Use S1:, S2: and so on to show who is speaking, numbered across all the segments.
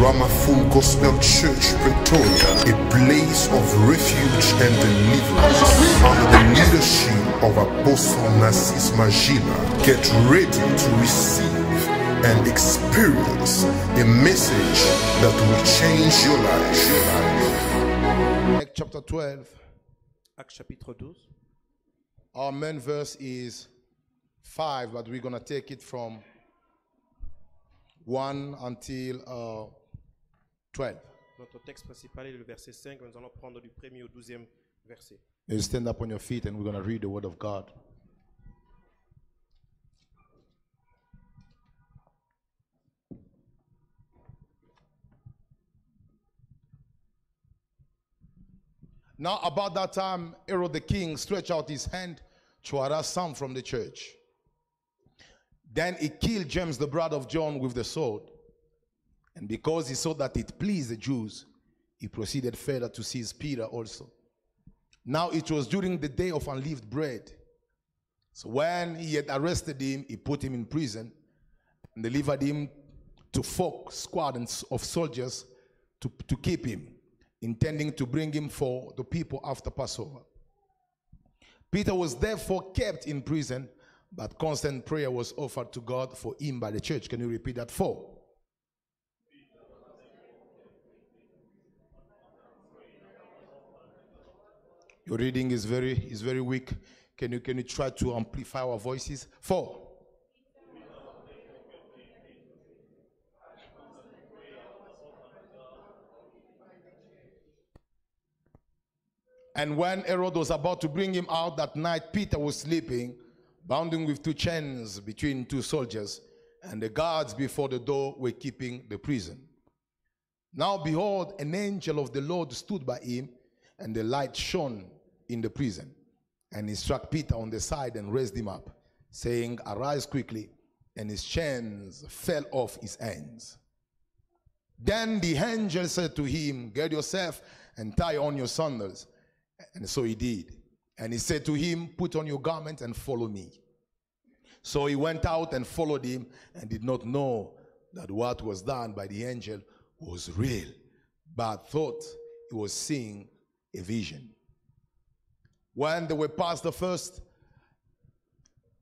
S1: Ramaphul Gospel Church, Pretoria, a place of refuge and deliverance. Under the leadership of Apostle Narcis Magila, get ready to receive and experience a message that will change your life.
S2: Acts chapter 12,
S3: Acte chapitre 12.
S2: our main verse is 5, but we're going to take it from 1 until uh, 12.
S3: Notre texte principal est le verset 5. Nous allons prendre du premier au douzième verset.
S2: You stand up on your feet and we're going to read the word of God. Now, about that time, Herod the king stretched out his hand to harass some from the church. Then he killed James, the brother of John, with the sword. And because he saw that it pleased the Jews, he proceeded further to seize Peter also. Now it was during the day of unleavened bread. So when he had arrested him, he put him in prison and delivered him to four squadrons of soldiers to, to keep him, intending to bring him for the people after Passover. Peter was therefore kept in prison, but constant prayer was offered to God for him by the church. Can you repeat that? Four. Your reading is very is very weak. Can you can you try to amplify our voices? Four. And when Herod was about to bring him out that night, Peter was sleeping, bounding with two chains between two soldiers, and the guards before the door were keeping the prison. Now behold, an angel of the Lord stood by him, and the light shone in the prison. And he struck Peter on the side and raised him up, saying, Arise quickly. And his chains fell off his hands. Then the angel said to him, Get yourself and tie on your sandals. And so he did. And he said to him, Put on your garment and follow me. So he went out and followed him and did not know that what was done by the angel was real, but thought he was seeing a vision. When they were past the first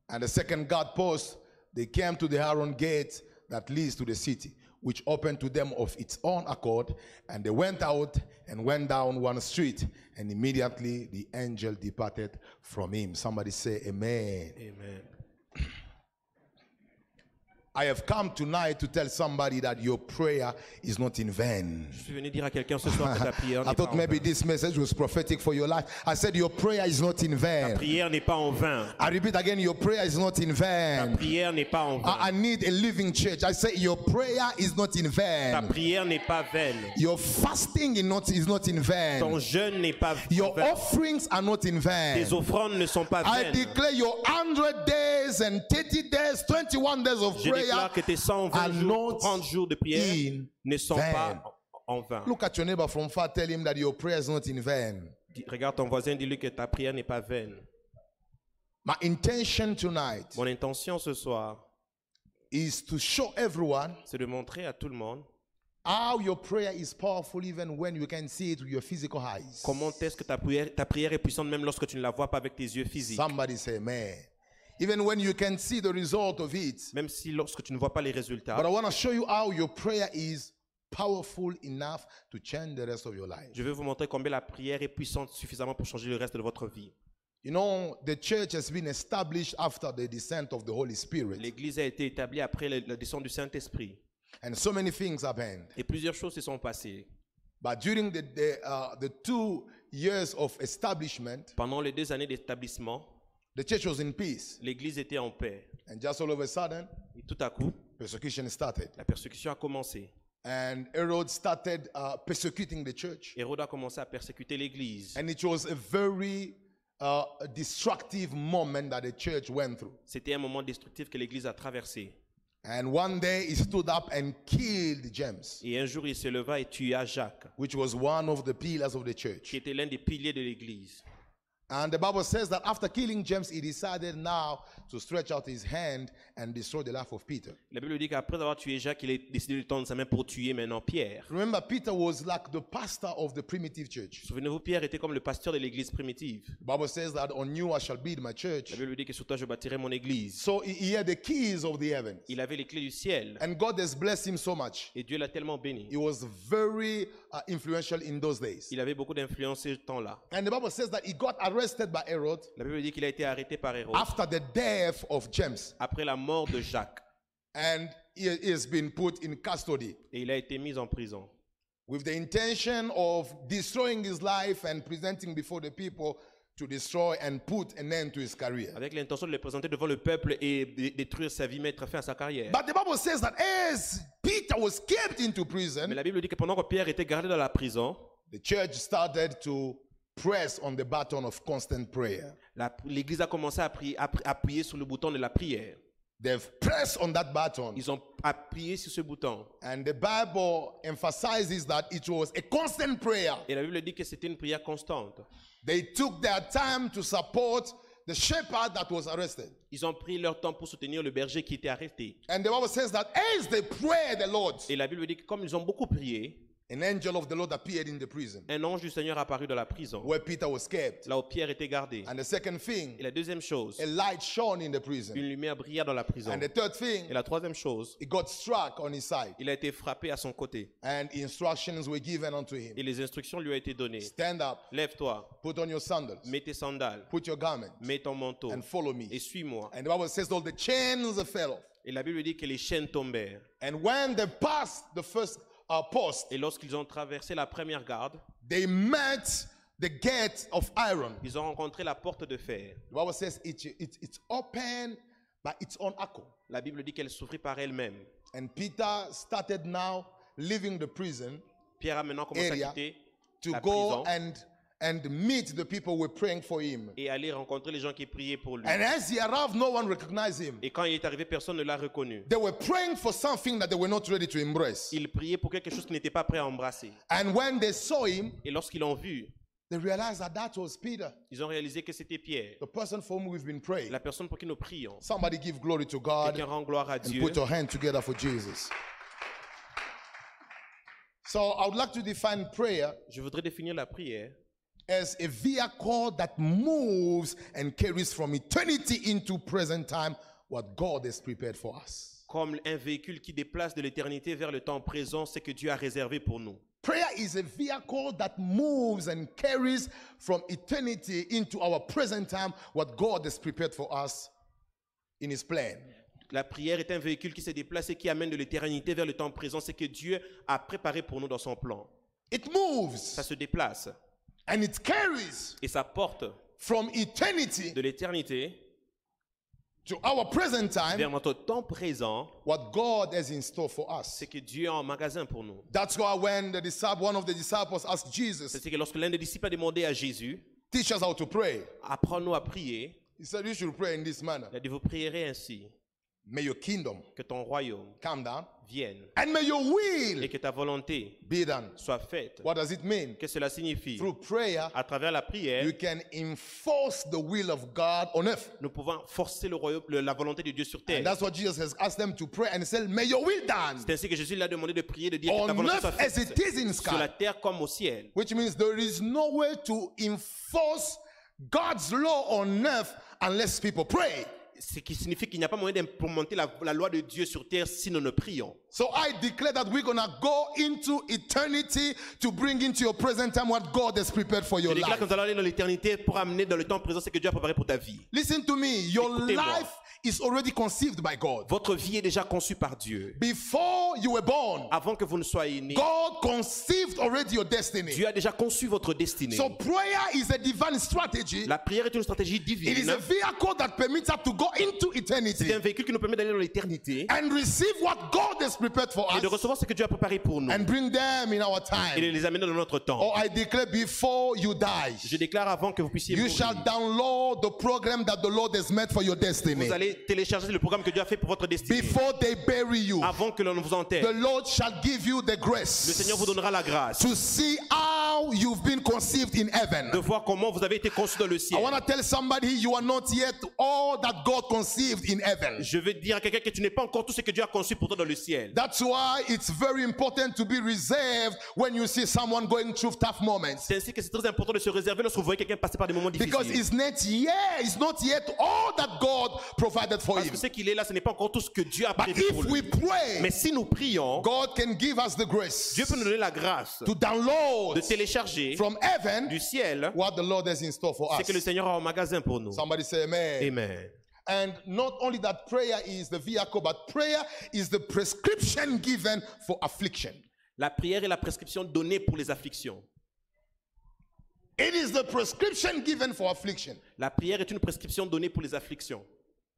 S2: and the second guard post, they came to the Haron gate that leads to the city, which opened to them of its own accord. And they went out and went down one street, and immediately the angel departed from him. Somebody say, Amen.
S3: Amen.
S2: I have come tonight to tell somebody that your prayer is not in vain.
S3: Je suis venu dire à quelqu'un ce soir que ta prière
S2: I
S3: n'est pas,
S2: thought
S3: en vain.
S2: maybe this message was prophetic for your life. I said, Your prayer is not in
S3: Ta
S2: vain.
S3: prière n'est pas en vain.
S2: I repeat again, Your prayer is not in
S3: Ta
S2: vain.
S3: prière n'est pas en vain.
S2: Ah, I, I need a living church. I say, Your prayer is not in
S3: Ta
S2: vain.
S3: prière n'est pas vaine.
S2: Your fasting is not, is not in
S3: Ton
S2: vain.
S3: jeûne n'est pas vain.
S2: Your offerings are not in vain.
S3: Tes offrandes ne sont pas
S2: I
S3: vaines.
S2: declare your 100 days and 30 days, 21 days of
S3: Je
S2: prayer
S3: déclare que tes
S2: are
S3: 120 jours,
S2: not
S3: 30 jours de prière
S2: in
S3: ne sont
S2: vain.
S3: pas en en vain.
S2: Look at your neighbor from far. Tell him that your prayer is not in vain.
S3: Dis- Regarde ton voisin, dis-lui que ta prière n'est pas vaine.
S2: My intention tonight
S3: Mon intention ce soir,
S2: is to show everyone
S3: c'est de montrer à tout le monde
S2: how your prayer is powerful even when you can see it with your physical eyes.
S3: Comment est-ce que ta prière, ta prière est puissante même lorsque tu ne la vois pas avec tes yeux physiques
S2: Somebody say, man. Even when you can see the result of it.
S3: Même si lorsque tu ne vois pas les
S2: But I
S3: résultats,
S2: want to show you how your prayer is powerful enough to change the rest of your life.
S3: je vais vous montrer combien la prière est puissante suffisamment pour changer le reste de votre vie.
S2: You know, the church has been established after the descent of the Holy Spirit,
S3: L'Église a été établie après le- la descente du Saint-Esprit
S2: and so many things happened.
S3: et plusieurs choses se sont passées.
S2: But during the the, uh, the two years of establishment,
S3: Pendant les deux années d'établissement,
S2: the church was in peace,
S3: l'Église était en paix.
S2: and just all of a sudden,
S3: Et tout à coup,
S2: persecution started,
S3: la persécution a commencé.
S2: and Herod started uh, persecuting the church,
S3: Hérode a commencé à persécuter l'Église.
S2: and it was a very uh, destructive moment that the church went through.
S3: C'était un moment destructif que l'Église a traversé.
S2: And one day, he stood up and killed James.
S3: Et un jour, il se leva et tua Jacques,
S2: which was one of the pillars of the
S3: qui
S2: church.
S3: était l'un des piliers de l'Église.
S2: And the Bible says that after killing James, he decided now to stretch out his hand and destroy the life of Peter.
S3: La Bible dit qu'après avoir tué Jacques, il a décidé de tendre sa main pour tuer maintenant Pierre.
S2: Remember, Peter was like the pastor of the primitive church.
S3: Souvenez-vous, Pierre était comme le pasteur de l'église primitive.
S2: The Bible says that on you I shall build my church.
S3: La Bible dit que sur toi je bâtirai mon église.
S2: So he- he had the keys of the heavens.
S3: Il avait les clés du ciel.
S2: And God has blessed him so much.
S3: Et Dieu l'a tellement béni.
S2: He was very uh, influential in those days.
S3: Il avait beaucoup d'influence ce temps-là.
S2: And the Bible says that he got arrested by Herod
S3: La Bible dit qu'il a été arrêté par Hérode
S2: after the death of James.
S3: après la mort de Jacques.
S2: And he has been put in custody
S3: Et il a été mis en prison
S2: with the intention of destroying his life and presenting before the people to destroy and put an end to his career.
S3: avec l'intention de le présenter devant le peuple et de détruire sa vie, mettre fin à sa carrière.
S2: But the Bible says that as Peter was kept into
S3: Mais
S2: prison,
S3: la Bible dit que pendant que Pierre était gardé dans la prison,
S2: the church started to press on the button of constant prayer.
S3: la- l'église a commencé à, prier- à pri- à appuyer sur le bouton de la prière.
S2: They've pressed on that button.
S3: Ils ont appuyé sur ce bouton.
S2: And the Bible emphasizes that it was a constant prayer.
S3: Et la Bible dit que c'était une prière constante.
S2: They took their time to support the shepherd that was arrested.
S3: Ils ont pris leur temps pour soutenir le berger qui était arrêté.
S2: And the Bible says that as they prayed the Lord,
S3: Et la Bible dit que comme ils ont beaucoup prié,
S2: an angel of the Lord appeared in the prison
S3: un ange du Seigneur apparut dans la prison,
S2: where Peter was kept.
S3: là où Pierre était gardé.
S2: And the second
S3: Et
S2: thing,
S3: la deuxième chose,
S2: a light shone in the prison.
S3: une lumière brilla dans la prison.
S2: And the third
S3: Et
S2: thing,
S3: la troisième chose,
S2: he got struck on his side.
S3: il a été frappé à son côté.
S2: And instructions were given unto him
S3: Et les instructions lui ont été données.
S2: Stand up,
S3: Lève-toi,
S2: put on your sandals,
S3: mets tes sandales,
S2: put your garment,
S3: mets ton manteau
S2: and follow
S3: et
S2: me.
S3: suis-moi.
S2: And the Bible says all the chains fell off.
S3: Et la Bible dit que les chaînes tombèrent.
S2: And when they passed the first uh, post,
S3: Et lorsqu'ils ont traversé la première garde,
S2: they met the gate of iron.
S3: ils ont rencontré la porte de fer.
S2: The Bible says it, it, it's open by its own accord.
S3: La Bible dit qu'elle s'ouvrit par elle-même.
S2: And Peter started now leaving the prison
S3: Pierre a maintenant commencé
S2: Area
S3: à quitter
S2: to
S3: la
S2: go
S3: prison
S2: and, and meet the people who were praying for him.
S3: et aller rencontrer les gens qui priaient pour lui.
S2: And as he arrived, no one recognized him.
S3: Et quand il est arrivé, personne ne l'a reconnu.
S2: They were praying for something that they were not ready to embrace.
S3: Il priait pour quelque chose qu'il n'était pas prêt à embrasser.
S2: And when they saw him,
S3: Et lorsqu'ils l'ont vu,
S2: they realized that that was Peter,
S3: ils ont réalisé que c'était Pierre,
S2: the person for whom we've been praying.
S3: la personne pour qui nous prions.
S2: Somebody give glory to God.
S3: Quelqu'un rend gloire à
S2: and
S3: Dieu.
S2: put your hand together for Jesus. So I would like to define prayer
S3: Je voudrais définir la prière
S2: as a vehicle that moves and carries from eternity into present time what God has prepared for us.
S3: comme un véhicule qui déplace de l'éternité vers le temps présent ce que Dieu a réservé pour nous.
S2: Prayer is a vehicle that moves and carries from eternity into our present time what God has prepared for us in His plan.
S3: La prière est un véhicule qui se déplace et qui amène de l'éternité vers le temps présent ce que Dieu a préparé pour nous dans son plan.
S2: It
S3: Ça
S2: moves
S3: se déplace
S2: and it carries
S3: et ça porte
S2: from eternity
S3: de l'éternité
S2: to our present time
S3: vers notre temps présent
S2: what God has in store for us.
S3: ce que Dieu a en magasin pour nous.
S2: That's why when the disciple, one of the disciples asked Jesus,
S3: C'est que lorsque l'un des disciples a demandé à Jésus,
S2: teach us how to pray,
S3: apprends-nous à prier,
S2: he said, you should pray in this manner.
S3: il a dit, vous prierez ainsi,
S2: May your kingdom
S3: que ton royaume
S2: come down
S3: vienne
S2: and may your will
S3: et que ta volonté
S2: be done.
S3: soit faite.
S2: What does it mean?
S3: Que cela signifie,
S2: Through prayer,
S3: à travers la prière,
S2: you can enforce the will of God on earth.
S3: nous pouvons forcer le royaume, le- la volonté de Dieu sur
S2: And
S3: terre.
S2: that's what Jesus has asked them to pray and he said, may your will done
S3: C'est ainsi que Jésus l'a demandé de prier, de dire que ta
S2: on
S3: volonté soit
S2: earth as
S3: faite
S2: it is in
S3: sur la
S2: sky.
S3: terre comme au ciel.
S2: Which means there is no way to enforce God's law on earth unless people pray.
S3: Ce qui signifie qu'il n'y a pas moyen d'implémenter la, la loi de Dieu sur terre si nous ne prions.
S2: So I declare that we're gonna go into eternity to bring into your present time what God has prepared for
S3: Je
S2: your
S3: déclare que
S2: life.
S3: nous allons aller dans l'éternité pour amener dans le temps présent ce que Dieu a préparé pour ta vie.
S2: Listen to me. Your
S3: Écoutez-moi.
S2: life is already conceived by God.
S3: Votre vie est déjà conçue par Dieu.
S2: Before you were born,
S3: Avant que vous ne soyez nés,
S2: God conceived already your destiny.
S3: Dieu a déjà conçu votre destinée.
S2: So prayer is a divine strategy.
S3: La prière est une stratégie
S2: It is
S3: divine.
S2: a vehicle that permits us to go into
S3: C'est
S2: eternity
S3: un véhicule qui nous permet d'aller dans l'éternité
S2: and receive what God has prepared for
S3: et de
S2: us
S3: recevoir ce que Dieu a préparé pour nous
S2: and bring them in our
S3: et de
S2: time.
S3: les amener dans notre temps.
S2: Or I declare before you die.
S3: Je déclare avant que vous puissiez
S2: You
S3: mourir,
S2: shall download the program that the Lord has made for your destiny.
S3: vous allez télécharger le programme que Dieu a fait pour votre destinée
S2: Before they bury you,
S3: avant que l'on ne vous
S2: the
S3: enterre.
S2: Lord shall give you the
S3: Le
S2: grace
S3: Seigneur vous donnera la grâce
S2: to see how how you've been conceived in heaven.
S3: de voir comment vous avez été conçus dans le
S2: I
S3: ciel.
S2: want to tell somebody you are not yet all that God conceived in heaven.
S3: Je veux dire à quelqu'un que tu n'es pas encore tout ce que Dieu a conçu pour toi dans le ciel.
S2: That's why it's very important to be reserved when you see someone going through tough moments.
S3: C'est ainsi que c'est très important de se réserver lorsque vous voyez quelqu'un passer par des moments
S2: Because
S3: difficiles.
S2: it's not yet, it's not yet all that God provided for
S3: Parce
S2: him.
S3: que ce qu'il est là, ce n'est pas encore tout ce que Dieu a
S2: But
S3: prévu pour
S2: if
S3: lui.
S2: we pray,
S3: Mais si nous prions,
S2: God can give us the
S3: Dieu
S2: grace
S3: peut nous donner la grâce
S2: to
S3: de
S2: download
S3: télécharger
S2: from heaven
S3: du ciel
S2: what the Lord has in store for
S3: ce que le
S2: us.
S3: Seigneur a en magasin pour nous.
S2: Somebody say amen.
S3: Amen.
S2: And not only that prayer is the vehicle, but prayer is the prescription given for affliction.
S3: La prière est la prescription donnée pour les afflictions.
S2: It is the prescription given for affliction.
S3: La prière est une prescription donnée pour les afflictions.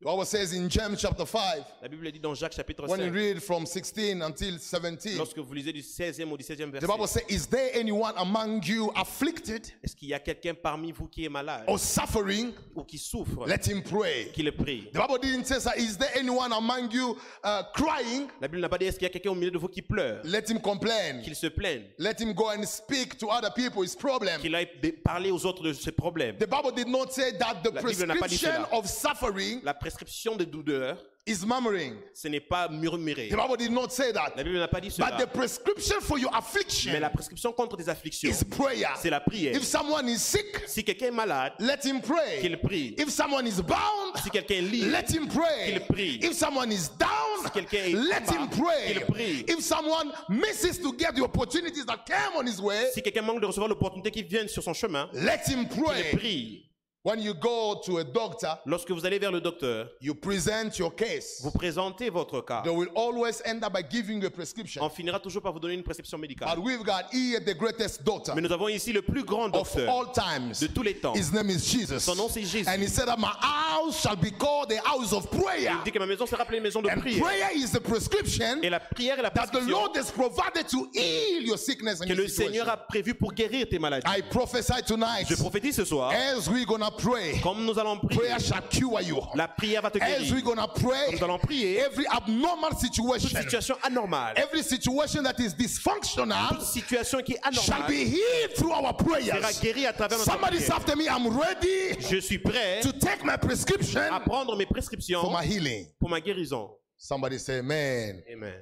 S2: The Bible says in James chapter 5,
S3: La Bible dit dans Jacques chapitre
S2: when you
S3: 5,
S2: read from 16 until 17,
S3: lorsque vous lisez du 16e au 17e
S2: the
S3: verset,
S2: Bible says, Is there anyone among you afflicted
S3: est-ce qu'il y a quelqu'un parmi vous qui est malade
S2: or suffering?
S3: ou qui souffre,
S2: Oh. Let him pray.
S3: qui le prie
S2: The Bible didn't say, "Sir, Is there anyone among you uh, crying?
S3: La Bible n'a pas dit est-ce qu'il y a quelqu'un au milieu de vous qui pleure,
S2: Let him complain.
S3: qu'il se plaigne,
S2: Let him go and speak to other people his problem.
S3: qu'il aille dé- parler aux autres de ses problèmes.
S2: The Bible did not say that the
S3: La Bible n'a pas dit
S2: prescription
S3: cela.
S2: of suffering
S3: La prescription des douleurs,
S2: is murmuring.
S3: ce n'est pas murmurer.
S2: The Bible did not say
S3: La
S2: that.
S3: Bible n'a pas dit cela.
S2: But the prescription for your
S3: Mais
S2: affliction
S3: la prescription contre des afflictions,
S2: is prayer.
S3: c'est la prière.
S2: If someone is sick,
S3: Si quelqu'un est malade,
S2: let him
S3: qu'il
S2: pray.
S3: prie.
S2: If someone is bound,
S3: Si quelqu'un est libre,
S2: let him pray.
S3: Qu'il prie.
S2: If someone is down,
S3: quelqu'un est
S2: let
S3: bas,
S2: him pray.
S3: qu'il prie.
S2: If someone misses to get the opportunities that came on his way,
S3: si quelqu'un manque de recevoir l'opportunité qui vient sur son chemin,
S2: let him
S3: qu'il
S2: pray.
S3: prie.
S2: When you go to a doctor,
S3: Lorsque vous allez vers le docteur,
S2: you present your case.
S3: vous présentez votre cas.
S2: They will always end up by giving you a prescription.
S3: On finira toujours par vous donner une prescription médicale.
S2: But we've got here the greatest doctor
S3: Mais nous avons ici le plus grand
S2: of
S3: docteur
S2: all times.
S3: de tous les temps.
S2: His name is Jesus.
S3: Son nom, c'est Jésus.
S2: And he said that my house shall be called the house of prayer.
S3: Il dit que ma maison sera appelée une maison de
S2: And
S3: prière.
S2: prayer is the prescription
S3: Et la prière est la
S2: that the
S3: prescription
S2: Lord has provided to heal your sickness and
S3: que
S2: your
S3: le Seigneur
S2: situation.
S3: a prévue pour guérir tes maladies.
S2: I prophesy tonight,
S3: Je prophétise ce soir,
S2: as we're gonna pray,
S3: comme nous allons prier,
S2: prayer shall cure you.
S3: la prière va te
S2: As we're
S3: guérir.
S2: gonna pray,
S3: Nous allons prier.
S2: every abnormal
S3: Toute
S2: situation,
S3: situation anormale,
S2: every situation that is
S3: toute
S2: dysfunctional,
S3: situation qui est
S2: shall
S3: anormale
S2: be healed through our
S3: sera
S2: prayers.
S3: guérie à travers notre
S2: Somebody's
S3: prière.
S2: after me. I'm ready
S3: Je suis prêt
S2: to take my prescription
S3: à prendre mes
S2: for
S3: prescriptions
S2: my healing.
S3: pour ma guérison.
S2: Somebody say, Amen.
S3: Amen.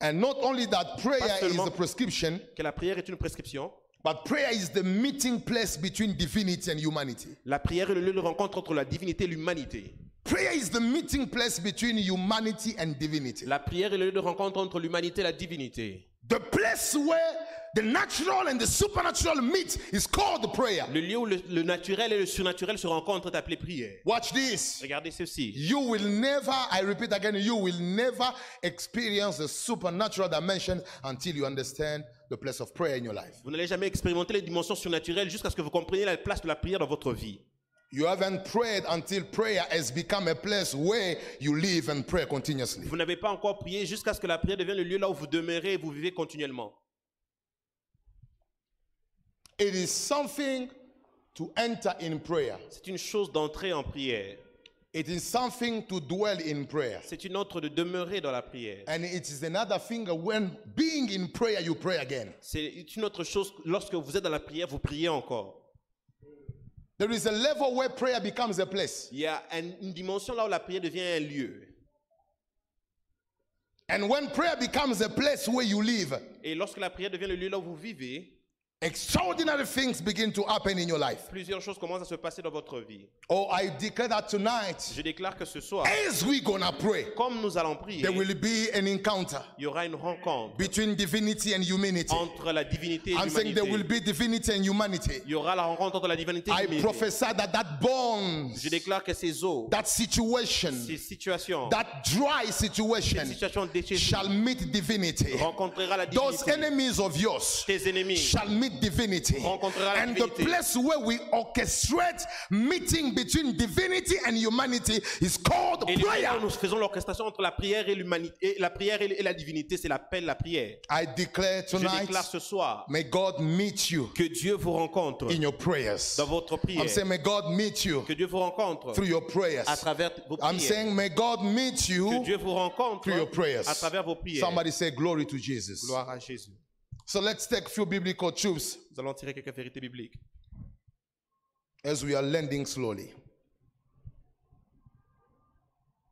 S2: And not only that, prayer is
S3: seulement-
S2: the prescription,
S3: Que la prière est une prescription.
S2: but prayer is the meeting place between divinity and humanity.
S3: La prière est le lieu de rencontre entre la divinité et l'humanité.
S2: Prayer is the meeting place between humanity and divinity.
S3: La prière est le lieu de rencontre entre l'humanité et la divinité.
S2: The place where the natural and the supernatural meet is called prayer.
S3: Le lieu où le, le naturel et le surnaturel se rencontrent est appelé prière.
S2: Watch this.
S3: Regardez ceci.
S2: You will never, I repeat again, you will never experience the supernatural dimension until you understand the place of prayer in your life.
S3: Vous n'allez jamais expérimenter les dimensions surnaturelles jusqu'à ce que vous compreniez la place de la prière dans votre vie.
S2: You haven't prayed until prayer has become a place where you live and pray continuously.
S3: Vous n'avez pas encore prié jusqu'à ce que la prière devienne le lieu là où vous demeurez et vous vivez continuellement.
S2: It is something to enter in prayer.
S3: C'est une chose d'entrer en prière.
S2: It is something to dwell in prayer.
S3: C'est une autre de demeurer dans la prière.
S2: And it is another thing when being in prayer, you pray again.
S3: C'est une autre chose lorsque vous êtes dans la prière, vous priez encore.
S2: There is a level where prayer becomes a place.
S3: Il y a un- une dimension là où la prière devient un lieu.
S2: And when prayer becomes a place where you live,
S3: Et lorsque la prière devient le lieu là où vous vivez,
S2: extraordinary things begin to happen in your life.
S3: plusieurs choses commencent à se passer dans votre vie.
S2: Oh, I declare that tonight,
S3: Je déclare que ce soir,
S2: as we gonna pray,
S3: comme nous allons prier,
S2: there will be an encounter
S3: il y aura une rencontre
S2: between divinity and humanity.
S3: entre la divinité et
S2: I'm saying there will
S3: l'humanité.
S2: be divinity and humanity.
S3: Il y aura la rencontre entre la divinité et
S2: I
S3: l'humanité.
S2: prophesy that that bond,
S3: Je déclare que ces eaux,
S2: that situation,
S3: ces situations,
S2: that dry
S3: ces
S2: situation
S3: situations déchirées
S2: shall meet divinity.
S3: rencontrera la
S2: Those
S3: divinité.
S2: enemies of yours
S3: Tes ennemis
S2: shall meet divinity.
S3: Rencontrera la
S2: And the
S3: divinité.
S2: place where we orchestrate meeting between divinity and humanity is called
S3: et les
S2: prayer.
S3: prières, nous faisons l'orchestration entre la prière et l'humanité, et la prière et et la divinité, c'est l'appel, la prière.
S2: I declare
S3: Je
S2: tonight,
S3: déclare ce soir
S2: may God meet you
S3: que Dieu vous rencontre
S2: in your prayers.
S3: dans votre prière.
S2: I'm saying, may God meet you
S3: Que Dieu vous rencontre
S2: through your prayers.
S3: à travers vos
S2: I'm
S3: prières.
S2: saying, may God meet you
S3: Que Dieu vous rencontre
S2: through your prayers.
S3: à travers vos prières.
S2: Somebody say glory to Jesus.
S3: Gloire à Jésus.
S2: So let's take few biblical truths
S3: Nous allons tirer quelques vérités bibliques.
S2: as we are landing slowly.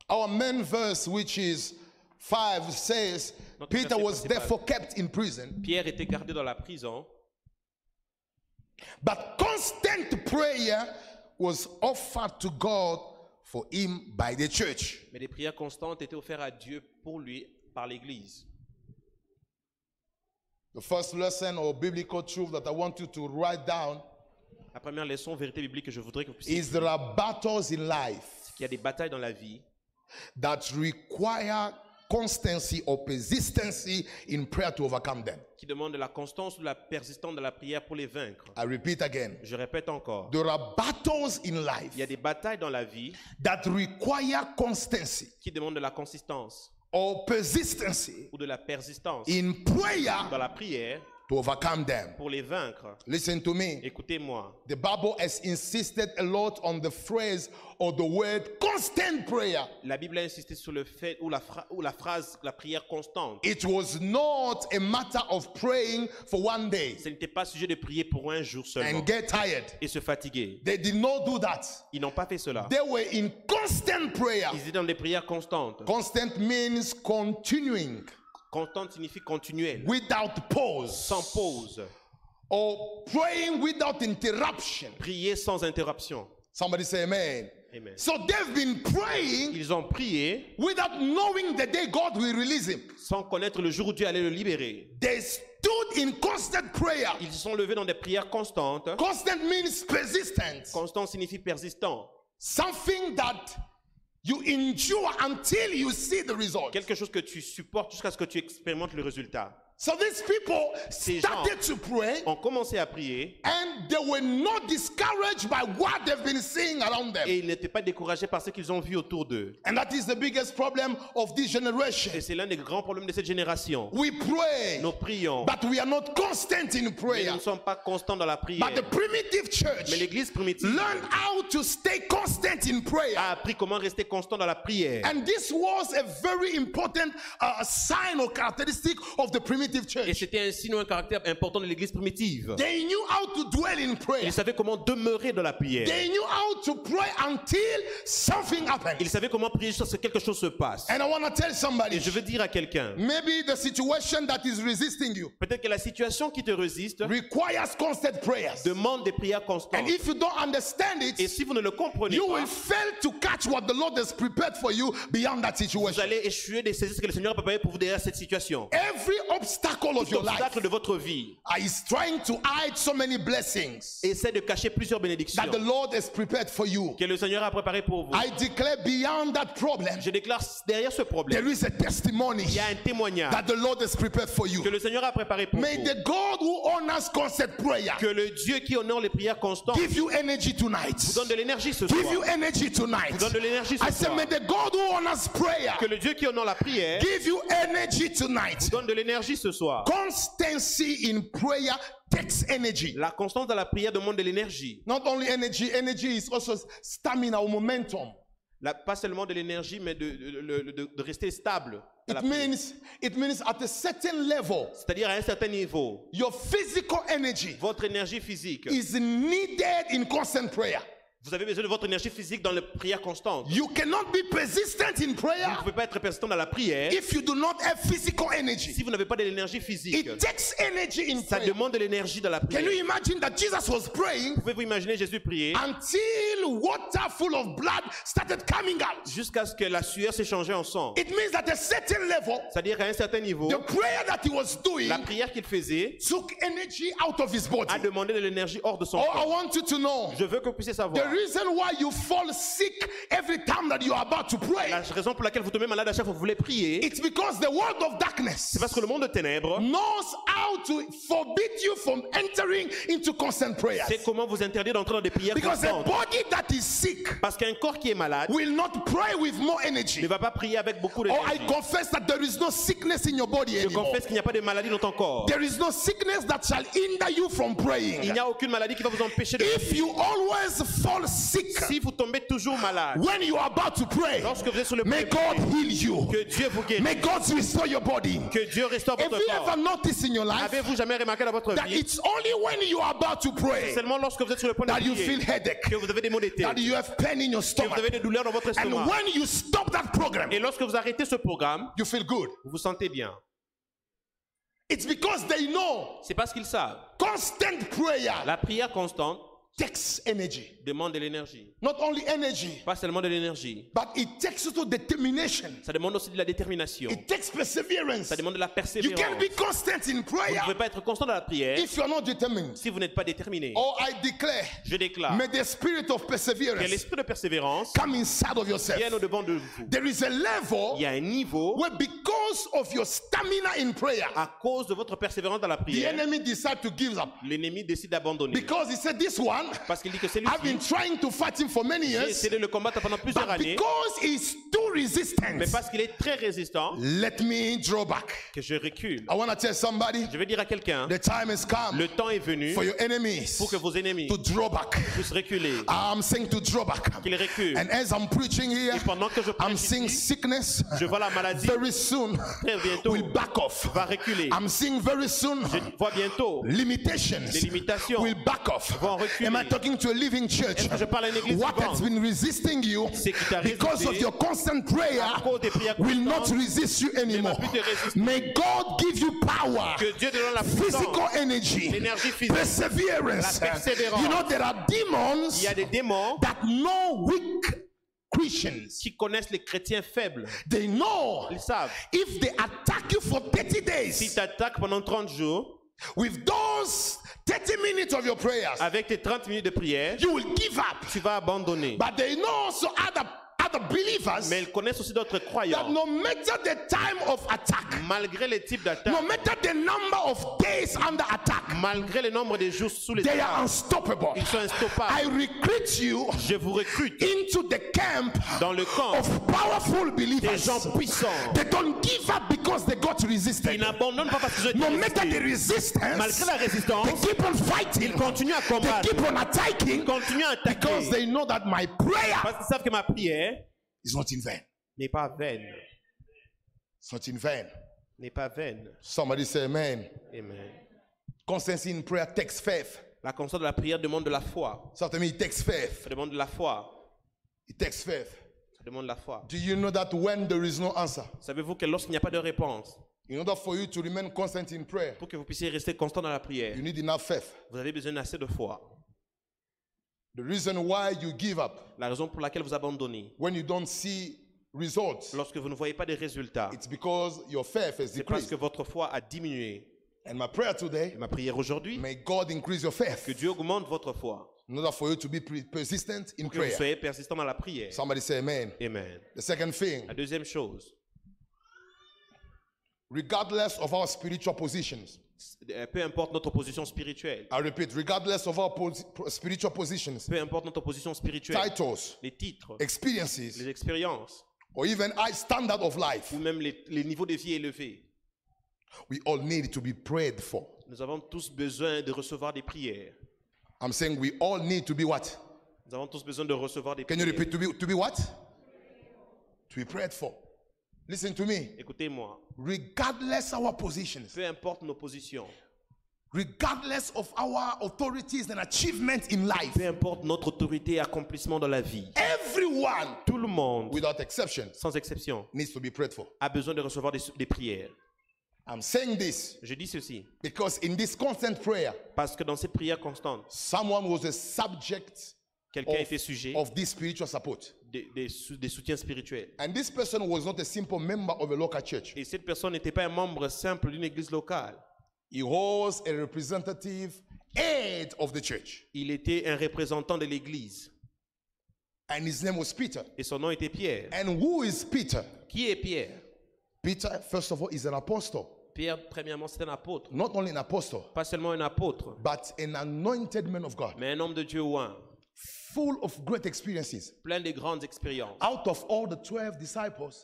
S2: Our main verse, which is 5, says
S3: Notre
S2: Peter
S3: verset
S2: was
S3: principal.
S2: therefore kept in prison,
S3: Pierre était gardé dans la prison,
S2: but constant prayer was offered to God for him by the church.
S3: mais des prières constantes étaient offertes à Dieu pour lui par l'Église.
S2: The first lesson or biblical truth that I want you to write down
S3: La première leçon, vérité biblique, que je voudrais que vous puissiez,
S2: is there are battles in life
S3: qu'il y a des batailles dans la vie
S2: that require constancy or persistency in prayer to overcome them.
S3: qui demandent de la constance ou de la persistance de la prière pour les vaincre.
S2: I repeat again.
S3: Je répète encore,
S2: There are battles in life
S3: il y a des batailles dans la vie
S2: that require constancy
S3: qui demandent de la consistance
S2: or persistency
S3: ou de la persistance
S2: in prayer
S3: dans la prière
S2: to overcome them.
S3: pour les vaincre.
S2: Listen to me.
S3: Écoutez-moi,
S2: The Bible has insisted a lot on the phrase or the word constant prayer.
S3: la Bible a insisté sur le fait ou la, phra- ou la phrase, la prière constante.
S2: It was not a matter of praying for one day
S3: Ce n'était pas sujet de prier pour un jour seulement
S2: and get tired.
S3: et se fatiguer.
S2: They did not do that.
S3: Ils n'ont pas fait cela.
S2: They were in constant prayer.
S3: Ils étaient dans des prières constantes.
S2: Constant means continuing
S3: Constante signifie continuelle,
S2: without pause
S3: sans pause,
S2: or praying without interruption.
S3: prier sans interruption.
S2: Somebody say amen.
S3: Amen.
S2: So they've been praying
S3: Ils ont prié
S2: without knowing the day God will release him.
S3: sans connaître le jour où Dieu allait le libérer.
S2: They stood in constant prayer.
S3: Ils se sont levés dans des prières constantes.
S2: Constant means persistence.
S3: Constant signifie persistant.
S2: Something that you endure until you see the result.
S3: Quelque chose que tu supportes jusqu'à ce que tu expérimentes le résultat.
S2: So these people
S3: Ces gens-
S2: started to pray
S3: Ont commencé à prier
S2: and they were not discouraged by what they've been seeing around them.
S3: et ils n'étaient pas découragés par ce qu'ils ont vu autour d'eux.
S2: And that is the biggest problem of this
S3: Et
S2: generation.
S3: c'est l'un des grands problèmes de cette génération.
S2: We pray,
S3: Nous prions,
S2: but we are not constant in
S3: mais nous
S2: prayer.
S3: ne sommes pas constants dans la
S2: But the
S3: prière.
S2: primitive
S3: Mais
S2: church
S3: l'Église primitive
S2: learned how to stay constant in prayer.
S3: a appris comment rester constant dans la prière.
S2: And this was a very important uh, sign or caracteristic of the primitive
S3: Et
S2: church.
S3: c'était un signe ou un caractère important de l'Église primitive.
S2: They knew how to dwell in prayer.
S3: Ils savaient comment demeurer dans la prière.
S2: They knew how to pray until something happened.
S3: Ils savaient comment prier jusqu'à ce que quelque chose se passe.
S2: And I want to tell
S3: Et
S2: somebody
S3: je veux dire à quelqu'un,
S2: maybe the situation that is resisting you
S3: peut-être que la situation qui te résiste
S2: requires constant prayers.
S3: demande des prières
S2: And
S3: constantes.
S2: if you don't understand
S3: Et
S2: it,
S3: si vous ne le comprenez
S2: you will
S3: pas,
S2: fail to catch what the Lord has prepared for you beyond that
S3: vous
S2: situation.
S3: allez échouer de saisir ce que le Seigneur a préparé pour vous derrière cette situation.
S2: Every obstacle of your life
S3: L'obstacle de votre vie
S2: is trying to hide so many blessings
S3: essaie de cacher plusieurs bénédictions
S2: that the Lord has prepared for you.
S3: que le Seigneur a préparées pour vous.
S2: I declare beyond that problem,
S3: Je déclare derrière ce
S2: there
S3: problème,
S2: is a testimony
S3: il y a un témoignage
S2: that the Lord has prepared for
S3: que
S2: you.
S3: le Seigneur a préparé pour
S2: May
S3: vous.
S2: the God who honors constant prayer
S3: Que le Dieu qui honore les prières constantes
S2: give you energy tonight.
S3: vous donne de l'énergie ce
S2: Give you
S3: soir.
S2: energy tonight.
S3: Donne de l'énergie ce
S2: I say,
S3: soir.
S2: may the God who honors prayer
S3: Que le Dieu qui honore la prière
S2: give you energy tonight.
S3: vous donne de l'énergie ce soir.
S2: Constancy in prayer takes energy.
S3: La constance dans la prière demande de l'énergie.
S2: Not only energy, energy is also stamina or momentum.
S3: La- Pas seulement de l'énergie, mais de, de- de- de- de rester stable. dans la
S2: It
S3: prière.
S2: means it means at a certain level,
S3: C'est-à-dire à un certain niveau,
S2: your physical energy
S3: votre énergie physique.
S2: is needed in constant prayer.
S3: Vous avez besoin de votre énergie physique dans la prière constante. Vous
S2: You cannot be persistent in prayer
S3: ne pouvez pas être persistant dans la prière
S2: if you do not have physical energy.
S3: si vous n'avez pas de l'énergie physique.
S2: It takes energy in
S3: Ça
S2: prayer.
S3: demande de l'énergie dans la
S2: Can
S3: prière.
S2: you imagine that Jesus was praying
S3: Pouvez-vous imaginer Jésus prier
S2: until water full of blood started coming out?
S3: jusqu'à ce que la sueur s'échangeait en sang
S2: It means that at a certain level,
S3: C'est-à-dire à un certain niveau,
S2: the prayer that he was doing
S3: la prière qu'il faisait
S2: took energy out of his body.
S3: a demandé de l'énergie hors de son
S2: Oh, I
S3: corps.
S2: want you to know
S3: Je veux que vous puissiez
S2: the
S3: savoir
S2: reason why you fall sick every time that you are about to
S3: la
S2: pray.
S3: raison pour laquelle vous tombez malade à chaque fois que vous voulez prier.
S2: It's because the world of darkness
S3: C'est parce que le monde de ténèbres
S2: knows how to forbid you from entering into constant prayer.
S3: sait comment vous interdire d'entrer dans des prières
S2: Because a
S3: constantes.
S2: body that is sick
S3: Parce qu'un corps qui est malade
S2: will not pray with more
S3: ne
S2: energy.
S3: va pas prier avec beaucoup
S2: Or Oh, I
S3: d'énergie.
S2: confess that there is no sickness in your body
S3: Je
S2: anymore.
S3: confesse qu'il n'y a pas de maladie dans ton corps.
S2: There is no sickness that shall hinder you from
S3: Il
S2: praying.
S3: n'y a aucune maladie qui va vous empêcher de
S2: If
S3: prier.
S2: you always fall fall sick
S3: Si vous tombez toujours malade,
S2: when you are about to pray,
S3: lorsque vous êtes sur le point
S2: may
S3: de
S2: God
S3: prier,
S2: heal you.
S3: que Dieu vous guérisse,
S2: May God restore your body.
S3: que Dieu restaure
S2: Have
S3: votre
S2: you ever
S3: corps.
S2: noticed in your life
S3: Avez-vous jamais remarqué dans votre
S2: that
S3: vie,
S2: it's only when you are about to pray
S3: seulement lorsque vous êtes sur le point de
S2: that you
S3: prier,
S2: feel headache,
S3: que vous avez des maux de tête,
S2: that you have pain in your
S3: que vous avez
S2: stomach,
S3: des douleurs dans votre
S2: and
S3: estomac.
S2: when you stop that program,
S3: Et lorsque vous arrêtez ce programme,
S2: you feel good?
S3: vous vous sentez bien.
S2: It's because they know
S3: C'est parce qu'ils savent.
S2: constant prayer
S3: La prière constante
S2: takes energy.
S3: demande de l'énergie.
S2: Not only energy,
S3: Pas seulement de l'énergie.
S2: but it takes also determination.
S3: Ça demande aussi de la détermination.
S2: It takes perseverance.
S3: Ça demande de la
S2: You
S3: persévérance.
S2: can be
S3: Vous
S2: constant in
S3: ne
S2: prayer
S3: pouvez pas être constant dans la prière
S2: if Oh, you are not determined.
S3: si vous n'êtes pas déterminé.
S2: Or I declare,
S3: Je déclare
S2: may the spirit of
S3: que
S2: perseverance
S3: l'esprit de persévérance
S2: come inside of yourself.
S3: vient au-devant de vous.
S2: There is a level
S3: Il y a un niveau
S2: where, because of your stamina in prayer,
S3: à cause de votre persévérance dans la
S2: the
S3: prière,
S2: enemy decide to give up.
S3: l'ennemi décide d'abandonner.
S2: Because he said, This one,
S3: Parce qu'il dit que c'est lui
S2: I've been
S3: qui
S2: trying to fight him for many
S3: a
S2: years,
S3: essayé de le combattre pendant plusieurs
S2: but
S3: années,
S2: Bah, because he's too
S3: mais
S2: resistant,
S3: parce qu'il est très résistant,
S2: let me draw back.
S3: que je recule.
S2: I want to tell somebody
S3: Je vais dire à quelqu'un,
S2: the time has come
S3: le temps est venu
S2: for your enemies
S3: pour que vos ennemis
S2: to draw back.
S3: puissent reculer.
S2: I'm saying to draw back.
S3: Qu'il recule.
S2: And as I'm preaching here,
S3: Et pendant que je
S2: I'm
S3: prêche
S2: seeing
S3: ici,
S2: sickness
S3: je vois la maladie
S2: very soon
S3: très bientôt
S2: will back off.
S3: va reculer.
S2: I'm seeing very soon
S3: Je vois bientôt
S2: limitations
S3: Les limitations
S2: will back off.
S3: vont reculer.
S2: Am I talking to a living church?
S3: Est-ce que je parle à une église
S2: What has
S3: vivante
S2: been resisting you
S3: C'est qui t'a
S2: because
S3: résisté
S2: of your constant prayer
S3: à cause des prières
S2: will not
S3: constantes,
S2: resist you anymore.
S3: plus te résister.
S2: May God give you power.
S3: que Dieu te donne la
S2: physical
S3: puissance,
S2: energy,
S3: l'énergie physique.
S2: perseverance.
S3: La persévérance.
S2: You know, there are
S3: Il
S2: demons
S3: y a des démons
S2: that know weak Christians.
S3: qui connaissent les chrétiens faibles.
S2: They know
S3: Ils savent.
S2: if they attack you for 30
S3: S'ils
S2: days
S3: t'attaquent pendant 30 jours,
S2: with those 30 minutes of your prayers,
S3: avec tes 30 minutes de prière,
S2: you Bah, will give up.
S3: tu vas abandonner.
S2: But they know also other, other believers
S3: Mais ils connaissent aussi d'autres
S2: that
S3: croyants.
S2: no matter the time of attack,
S3: Malgré les types
S2: no
S3: d'attaques,
S2: matter the number of days under attack,
S3: malgré le nombre de jours sous les
S2: they are
S3: attaques,
S2: unstoppable.
S3: ils sont
S2: I
S3: instoppables.
S2: recruit you
S3: Je vous recrute
S2: into the camp
S3: dans le camp
S2: of powerful
S3: des
S2: believers.
S3: gens puissants.
S2: They don't give up because they got
S3: Ils
S2: resistant.
S3: n'abandonnent pas parce qu'ils ont été
S2: No matter the
S3: résistés.
S2: resistance,
S3: Malgré la
S2: they
S3: résistance,
S2: keep on fighting.
S3: ils continuent à
S2: They
S3: combattre,
S2: keep on attacking
S3: ils continuent à
S2: because
S3: attaquer.
S2: they know that my prayer
S3: Parce qu'ils savent que ma prière
S2: is not in vain.
S3: n'est pas vaine.
S2: It's not in vain.
S3: N'est pas vaine.
S2: Somebody say amen.
S3: Amen.
S2: Constancy in prayer takes faith.
S3: La constance de la prière demande de la foi.
S2: So to me, it takes faith.
S3: Ça demande de la foi.
S2: It takes faith.
S3: Ça demande de la foi.
S2: Do you know that when there is no answer,
S3: Savez-vous que lorsqu'il n'y a pas de réponse,
S2: in order for you to remain constant in prayer,
S3: pour que vous puissiez rester constant dans la prière,
S2: you need enough faith.
S3: vous avez besoin d'assez de foi.
S2: The reason why you give up
S3: La raison pour laquelle vous abandonnez,
S2: when you don't see results,
S3: lorsque vous ne voyez pas de résultats,
S2: it's because your faith has
S3: c'est parce
S2: decreased.
S3: que votre foi a diminué.
S2: And my prayer today,
S3: Et ma prière aujourd'hui,
S2: may God increase your
S3: que
S2: faith
S3: Dieu augmente votre foi,
S2: in order for you to be pre- persistent in
S3: que vous
S2: prayer.
S3: soyez persistant dans la prière.
S2: Somebody say amen.
S3: Amen.
S2: The second thing,
S3: La deuxième chose,
S2: regardless of our spiritual positions,
S3: euh, peu importe notre position spirituelle,
S2: I repeat, regardless of our pos- spiritual positions,
S3: peu importe notre position spirituelle,
S2: titles,
S3: les titres,
S2: experiences,
S3: les expériences,
S2: or even high standard of life,
S3: ou même les, les niveaux de vie élevés,
S2: we all need to be prayed for.
S3: nous avons tous besoin de recevoir des prières.
S2: I'm saying we all need to be what?
S3: Nous avons tous besoin de recevoir des
S2: Can you
S3: prières.
S2: repeat to be to be what? To be prayed for. Listen to me.
S3: Écoutez-moi,
S2: Regardless our positions,
S3: peu importe nos positions,
S2: regardless of our authorities and achievements in life,
S3: peu importe notre autorité et accomplissement dans la vie,
S2: everyone
S3: tout le monde,
S2: without exception
S3: sans exception,
S2: needs to be prayed for.
S3: a besoin de recevoir des, des prières.
S2: I'm saying this
S3: Je dis ceci
S2: because in this constant prayer,
S3: parce que dans cette prière constante,
S2: someone was a subject
S3: quelqu'un
S2: of,
S3: était sujet
S2: of this spiritual support.
S3: des, des sou- des soutiens spirituels.
S2: And this person was not a simple member of a local church.
S3: Et cette personne n'était pas un membre simple d'une église locale.
S2: He was a representative head of the church.
S3: Il était un représentant de l'église.
S2: And his name was Peter.
S3: Et son nom était Pierre.
S2: And who is Peter?
S3: Qui est Pierre
S2: Peter, first of all, is an apostle.
S3: Pierre, premièrement, c'est un apôtre.
S2: Not only an apostle,
S3: Pas seulement un apôtre,
S2: but an anointed man of God,
S3: mais un homme de Dieu oint,
S2: full of great experiences.
S3: plein de grandes expériences.
S2: Out of all the 12 disciples,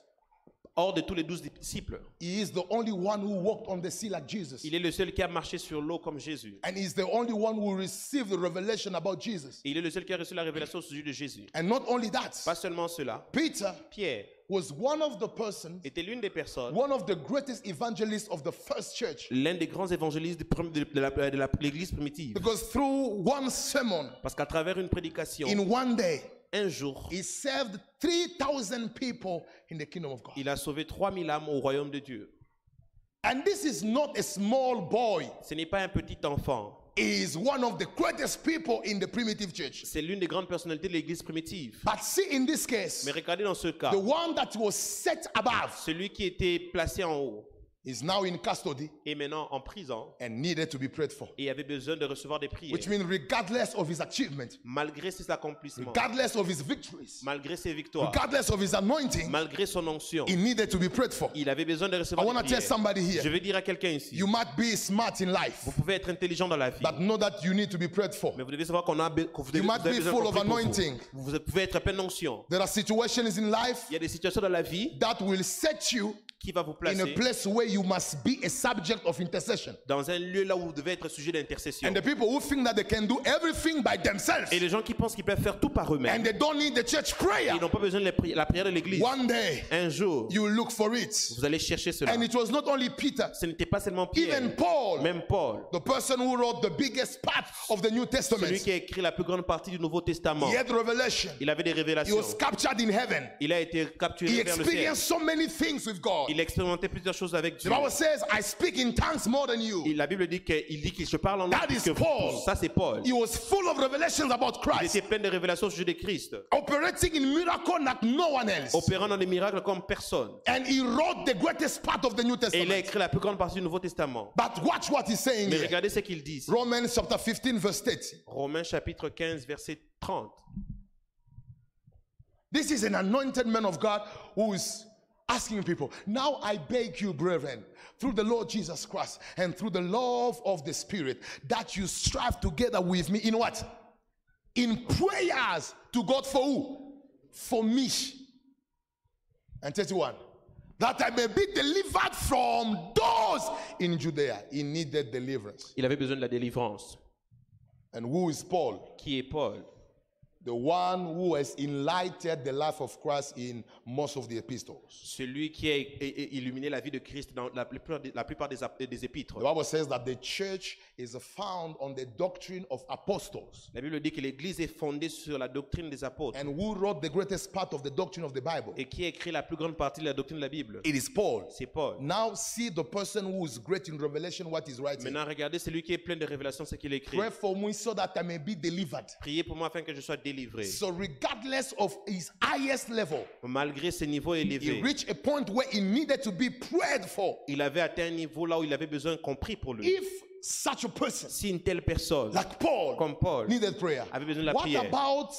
S3: hors de tous les douze disciples.
S2: He is the only one who walked on the sea like Jesus.
S3: Il est le seul qui a marché sur l'eau comme Jésus.
S2: And he's the only one who received the revelation about Jesus.
S3: Et il est le seul qui a reçu la révélation au sujet de Jésus.
S2: And not only that,
S3: Pas seulement cela,
S2: Peter
S3: Pierre
S2: was one of the persons,
S3: était l'une des personnes,
S2: one of the greatest evangelists of the first church.
S3: l'un des grands évangélistes de prim- de de la- de la- de l'Église primitive.
S2: Because through one sermon,
S3: Parce qu'à travers une prédication,
S2: in one day,
S3: un jour,
S2: he served 3,000 people in the kingdom of God.
S3: il a sauvé 3000 âmes au royaume de Dieu.
S2: And this is not a small boy.
S3: Ce n'est pas un petit enfant,
S2: He is one of the greatest people in the primitive church.
S3: c'est l'une des grandes personnalités de l'Église primitive.
S2: But see, in this case,
S3: Mais regardez dans ce cas,
S2: the one that was set above
S3: celui qui était placé en haut
S2: is now in custody
S3: est maintenant en prison
S2: and needed to be prayed for.
S3: et avait besoin de recevoir des prières.
S2: Which means, regardless of his achievement,
S3: Malgré ses accomplissements,
S2: regardless of his victories,
S3: malgré ses victoires,
S2: regardless of his anointing,
S3: malgré son onction,
S2: he needed to be prayed for.
S3: il avait besoin de
S2: I
S3: recevoir
S2: want
S3: des
S2: to tell
S3: prières.
S2: somebody
S3: Je
S2: here
S3: vais dire à quelqu'un ici,
S2: you might be smart in life,
S3: vous pouvez être intelligent dans la vie,
S2: but know that you need to be prayed for.
S3: mais vous devez savoir qu'on a, be- que vous devez-
S2: You must
S3: vous avez
S2: be
S3: besoin
S2: full
S3: qu'on
S2: of
S3: prie pour vous.
S2: anointing.
S3: Vous. pouvez être plein d'onction.
S2: There are situations in life
S3: Il y a des situations dans la vie
S2: that will set you
S3: qui va vous
S2: in a
S3: placer
S2: place where you must be a subject of intercession.
S3: dans un lieu là où vous devez être sujet d'intercession.
S2: And the people who think that they can do everything by themselves
S3: Et les gens qui pensent qu'ils peuvent faire tout par eux-mêmes,
S2: and they don't need the church prayer,
S3: ils n'ont pas besoin de la pri- la prière de l'église.
S2: one day
S3: Un jour,
S2: you look for it.
S3: vous allez chercher cela.
S2: And it was not only Peter,
S3: Ce n'était pas seulement Pierre,
S2: even Paul,
S3: même Paul,
S2: the person who wrote the biggest part of the New
S3: celui
S2: Testament.
S3: qui a écrit la plus grande partie du Nouveau Testament.
S2: He had revelation,
S3: Il avait des
S2: he
S3: révélations.
S2: was captured in heaven,
S3: Il a été capturé
S2: he
S3: vers le ciel.
S2: experienced so many things with God.
S3: Il a expérimenté plusieurs choses avec
S2: The
S3: Dieu.
S2: Bible says, I speak in tongues more than
S3: Et
S2: you.
S3: la Bible dit qu'il dit qu'il se parle en langue.
S2: That is
S3: que vous
S2: Paul.
S3: tous. Ça, c'est Paul.
S2: He was full of revelations about
S3: Il
S2: Christ,
S3: était plein de révélations au sujet de Christ,
S2: operating in miracle like no one else.
S3: opérant dans des miracles comme personne.
S2: And he wrote the greatest part of the New
S3: Et il a
S2: Testament.
S3: écrit la plus grande partie du Nouveau Testament.
S2: But watch what he's saying
S3: Mais
S2: here.
S3: regardez ce qu'ils disent.
S2: Romans chapter 15, verse 30.
S3: Romains chapitre 15, verset 30.
S2: This is an anointed man of God who is asking people, Now I beg you, brethren, through the Lord Jesus Christ and through the love of the Spirit, that you strive together with me in what? In prayers to God for who? For me. And 31. That I may be delivered from those in Judea. He needed deliverance.
S3: Il avait besoin de la délivrance.
S2: And who is Paul?
S3: Qui est Paul
S2: The one who has enlightened the life of Christ in most of the epistles.
S3: Celui qui a é- é- illuminé la vie de Christ dans la plupart, des- la plupart des, ap- des épîtres.
S2: The Bible says that the church is found on the doctrine of apostles.
S3: La Bible dit que l'Église est fondée sur la doctrine des apôtres.
S2: And who wrote the greatest part of the doctrine of the Bible?
S3: Et qui a écrit la plus grande partie de la doctrine de la Bible
S2: It is Paul.
S3: C'est Paul.
S2: Now see the person who is great in revelation, what is writing.
S3: Maintenant, regardez celui qui est plein de révélations, ce qu'il écrit.
S2: Pray for me so that I may be delivered.
S3: Priez pour moi afin que je sois délivré.
S2: So, regardless of his highest level,
S3: Malgré ses niveaux
S2: he
S3: élevés,
S2: reached a point where he needed to be prayed for.
S3: il avait atteint un niveau là où il avait besoin compris pour lui.
S2: If such a person
S3: Si une telle personne,
S2: like Paul,
S3: Comme Paul.
S2: needed prayer.
S3: Avait besoin de la
S2: what
S3: prière.
S2: about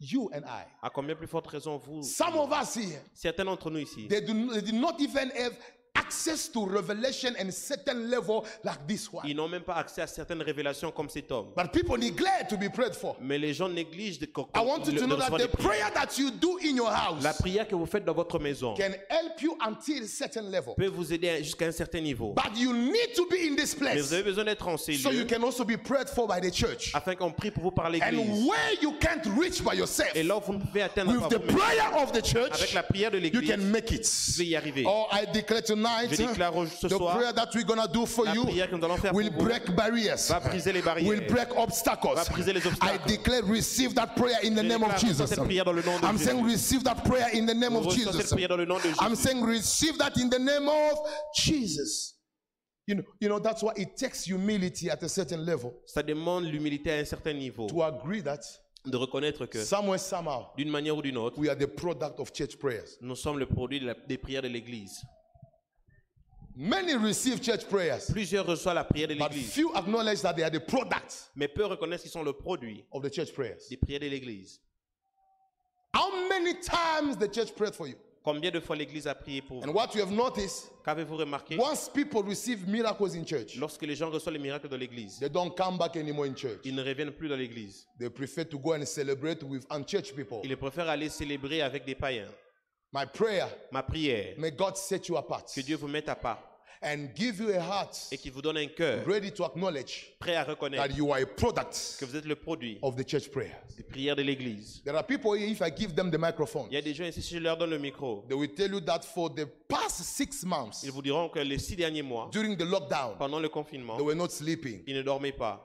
S2: you and I?
S3: à combien plus forte raison vous,
S2: Some of us here,
S3: certains d'entre nous ici,
S2: they, do, they did not even have access to revelation and certain level like this one.
S3: ils n'ont même pas accès à certaines révélations comme cet homme.
S2: But people neglect to be prayed for.
S3: Mais les gens négligent de, co-
S2: I want you
S3: de-
S2: to
S3: de
S2: know that
S3: recevoir
S2: the
S3: des prières.
S2: prayer that you do in your
S3: La
S2: house
S3: prière que vous faites dans votre maison
S2: can help you until a certain level.
S3: peut vous aider à- jusqu'à un certain niveau.
S2: But you need to be in this
S3: Mais vous
S2: place
S3: avez besoin d'être en ces
S2: so you
S3: lieux
S2: can also be prayed for by the church.
S3: afin qu'on prie pour vous par
S2: And
S3: l'Église.
S2: where you can't reach by yourself,
S3: Et là, vous ne pouvez atteindre
S2: with
S3: par
S2: the
S3: vous-même.
S2: prayer of the
S3: Avec
S2: church,
S3: la prière de
S2: you
S3: l'Église,
S2: can
S3: vous
S2: make it.
S3: pouvez y arriver.
S2: Or I declare tonight
S3: Je déclare au- ce
S2: the
S3: soir,
S2: prayer that we're gonna do for
S3: la
S2: you
S3: prière que nous allons faire
S2: will
S3: pour vous
S2: break barriers,
S3: va briser les barrières.
S2: will break obstacles.
S3: Va briser les
S2: I
S3: obstacles.
S2: declare receive that prayer in the
S3: Je
S2: name of
S3: déclare
S2: Jesus.
S3: cette prière dans le nom de
S2: I'm
S3: Jésus.
S2: saying receive that prayer in the name of
S3: Reçois cette
S2: Jesus.
S3: prière dans le nom de Jésus.
S2: I'm saying receive that in the name of Jesus. You know, you know that's why it takes humility at a certain level
S3: Ça demande l'humilité à un certain niveau,
S2: to agree that
S3: de reconnaître que
S2: somewhere somehow
S3: d'une manière ou d'une autre,
S2: we are the product of church prayers.
S3: nous sommes le produit de la- des prières de l'Église.
S2: Many receive church prayers,
S3: Plusieurs reçoivent la prière de
S2: but
S3: l'Église,
S2: few acknowledge that they are the product
S3: mais peu reconnaissent qu'ils sont le produit
S2: of the church prayers.
S3: des prières de l'Église.
S2: How many times the church prayed for you?
S3: Combien de fois l'Église a prié pour
S2: And
S3: vous
S2: what you have noticed,
S3: Qu'avez-vous remarqué
S2: once people receive miracles in church,
S3: Lorsque les gens reçoivent les miracles de l'Église,
S2: they don't come back anymore in church.
S3: ils ne reviennent plus dans l'Église.
S2: They prefer to go and celebrate with unchurched people.
S3: Ils préfèrent aller célébrer avec des païens.
S2: My prayer,
S3: Ma prière,
S2: may God set you apart
S3: que Dieu vous mette à part
S2: and give you a heart
S3: et qu'il vous donne un cœur
S2: ready to acknowledge
S3: prêt à reconnaître
S2: that you are a product
S3: que vous êtes le produit
S2: of the church prayer.
S3: des prières de l'Église.
S2: There are people here, if I give them the microphone,
S3: Il y a des gens ici, si je leur donne le micro,
S2: they will tell you that for the past six months
S3: ils vous diront que les six derniers mois,
S2: during the lockdown,
S3: pendant le confinement,
S2: they were not sleeping.
S3: ils ne dormaient pas.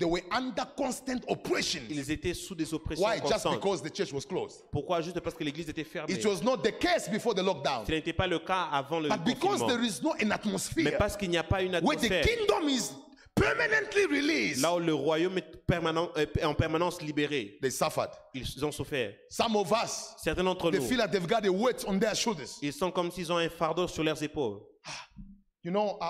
S2: They were under constant oppression.
S3: Ils étaient sous des oppressions
S2: Why? Just
S3: constantes.
S2: because the church was closed.
S3: Pourquoi Juste parce que l'Église était fermée.
S2: It was not the case before the
S3: Ce
S2: lockdown.
S3: n'était pas le cas avant le
S2: But because
S3: confinement.
S2: there is no an
S3: Mais
S2: atmosphere
S3: parce qu'il n'y a pas une
S2: where the
S3: atmosphère,
S2: kingdom is permanently released,
S3: là où le royaume est permanent- euh, en permanence libéré,
S2: they suffered.
S3: ils ont souffert.
S2: Some of us,
S3: Certains d'entre
S2: they
S3: nous,
S2: feel that they've got a weight on their shoulders.
S3: ils sont comme s'ils ont un fardeau sur leurs épaules.
S2: You know, I,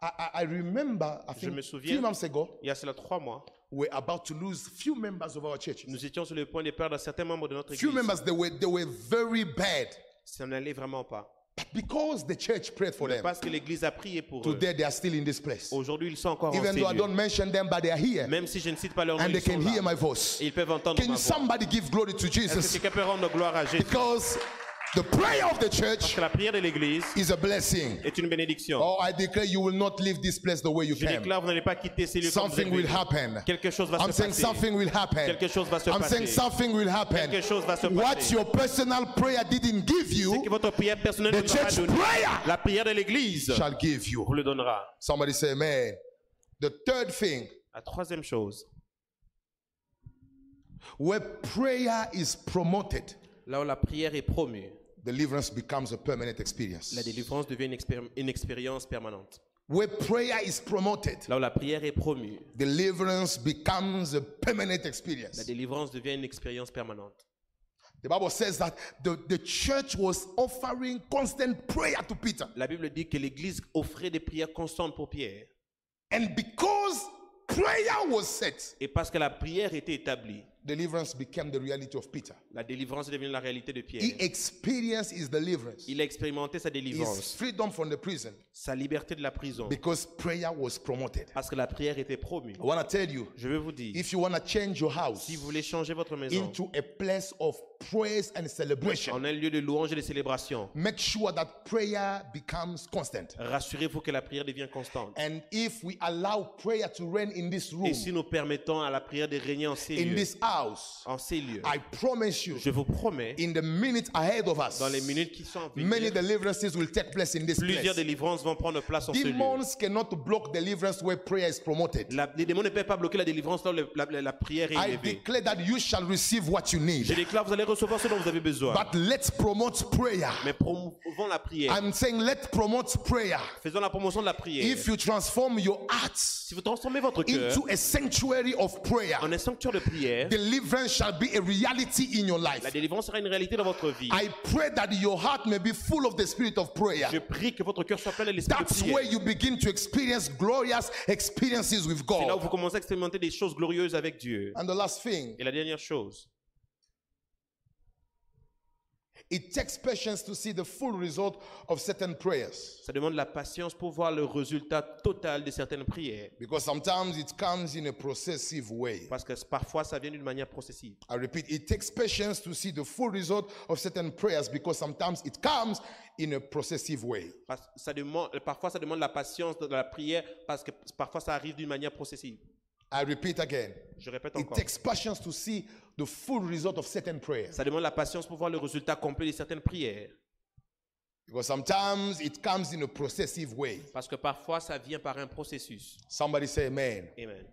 S2: I, I, I remember, I
S3: me
S2: think, a
S3: souviens.
S2: few months ago,
S3: Il y a cela trois mois,
S2: we were about to lose few members of our church.
S3: nous étions sur le point de perdre certains membres de notre
S2: Few
S3: église.
S2: members, they were, they were very bad.
S3: Ça n'allait vraiment pas.
S2: But because the church prayed for them,
S3: Parce que l'église a prié pour eux.
S2: today they are still in this place.
S3: Aujourd'hui, ils sont encore en
S2: Even though I
S3: cellule.
S2: don't mention them, but they are here.
S3: Même si je ne cite pas leur nom,
S2: And they
S3: ils sont
S2: can hear
S3: là.
S2: my voice.
S3: Et Ils peuvent entendre ma
S2: Can
S3: voix.
S2: somebody give glory to
S3: Est-ce que
S2: Jesus?
S3: quelqu'un peut rendre gloire à Jésus
S2: Because the prayer of the
S3: Parce
S2: church
S3: que la prière de l'église
S2: is a blessing.
S3: est une bénédiction.
S2: Oh, I declare you will not leave this place the way you
S3: Je
S2: came.
S3: déclare, vous n'allez pas quitter ces lieux comme vous êtes
S2: Something will
S3: venus.
S2: happen.
S3: Quelque chose va
S2: I'm
S3: se
S2: saying
S3: passer.
S2: something will happen.
S3: Quelque chose va se
S2: I'm saying
S3: passer.
S2: something will happen.
S3: Quelque chose va se
S2: What
S3: passer.
S2: your personal prayer didn't give
S3: Que
S2: you,
S3: votre prière personnelle
S2: the
S3: vous aura
S2: church
S3: donné.
S2: prayer
S3: La prière de l'église
S2: shall give
S3: vous
S2: you.
S3: le donnera.
S2: Somebody say amen. The third thing,
S3: La troisième chose,
S2: where prayer is promoted,
S3: là où la prière est promue,
S2: deliverance becomes a permanent experience.
S3: la délivrance devient une, expéri- une expérience permanente.
S2: Where prayer is promoted,
S3: Là où la prière est promue,
S2: deliverance becomes a permanent
S3: la
S2: experience.
S3: délivrance devient une expérience permanente.
S2: The Bible says that the, the church was offering constant prayer to Peter.
S3: La Bible dit que l'église offrait des prières constantes pour Pierre.
S2: And because prayer was set,
S3: Et parce que la prière était établie,
S2: deliverance became the reality of Peter.
S3: la délivrance est devenue la réalité de
S2: He
S3: Pierre.
S2: experienced his deliverance,
S3: Il a expérimenté sa
S2: his
S3: délivrance,
S2: freedom from the prison,
S3: sa liberté de la prison,
S2: because prayer was promoted.
S3: parce que la prière était promue.
S2: I want to tell you
S3: Je veux vous dire,
S2: if you want to change your house
S3: si vous voulez changer votre maison
S2: into a place of praise and celebration,
S3: en un lieu de louange et de célébration,
S2: make sure that prayer becomes constant.
S3: rassurez-vous que la prière devient constante.
S2: And if we allow prayer to reign in this room,
S3: Et si nous permettons à la prière de régner en ces
S2: in
S3: lieux,
S2: this house,
S3: en ces lieux,
S2: I promise you,
S3: je vous promets,
S2: in the minute ahead of us,
S3: dans les minutes qui sont à venir,
S2: many deliverances will take place in this
S3: plusieurs
S2: place.
S3: délivrances vont prendre place en ce lieu.
S2: Demons cannot block deliverance where prayer is promoted.
S3: La- les démons ne peuvent pas bloquer la délivrance là où le- la, la- la prière est
S2: I
S3: élevée.
S2: declare that you shall receive what you
S3: Je
S2: need.
S3: déclare, vous allez recevoir ce dont vous avez besoin.
S2: But let's promote prayer.
S3: Mais promouvons la prière.
S2: I'm saying let's promote prayer.
S3: Faisons la promotion de la prière.
S2: If you transform your heart
S3: Si vous transformez votre cœur
S2: into a sanctuary of prayer,
S3: en un sanctuaire de prière,
S2: deliverance shall be a reality in your
S3: la
S2: life.
S3: délivrance sera une réalité dans votre vie.
S2: I pray that your heart may be full of the spirit of prayer.
S3: Je prie que votre cœur soit plein de l'esprit de
S2: That's where
S3: prière.
S2: you begin to experience glorious experiences with
S3: C'est là où vous
S2: God.
S3: commencez à expérimenter des choses glorieuses avec Dieu.
S2: And the last thing,
S3: Et la dernière chose,
S2: it takes patience to see the full result of certain prayers.
S3: ça demande la patience pour voir le résultat total de certaines prières.
S2: Because sometimes it comes in a processive way.
S3: Parce que parfois, ça vient d'une manière processive.
S2: I repeat, it takes patience to see the full result of certain prayers because sometimes it comes in a processive way.
S3: Parce- Ça demande, parfois, ça demande la patience de la prière parce que parfois, ça arrive d'une manière processive.
S2: I repeat again,
S3: Je répète
S2: it
S3: encore.
S2: takes patience to see the full result of certain prayers
S3: Ça demande la patience pour voir le résultat complet de certaines prières.
S2: because sometimes it comes in a processive way.
S3: Parce que parfois, ça vient par un processus.
S2: Somebody say amen.
S3: Amen.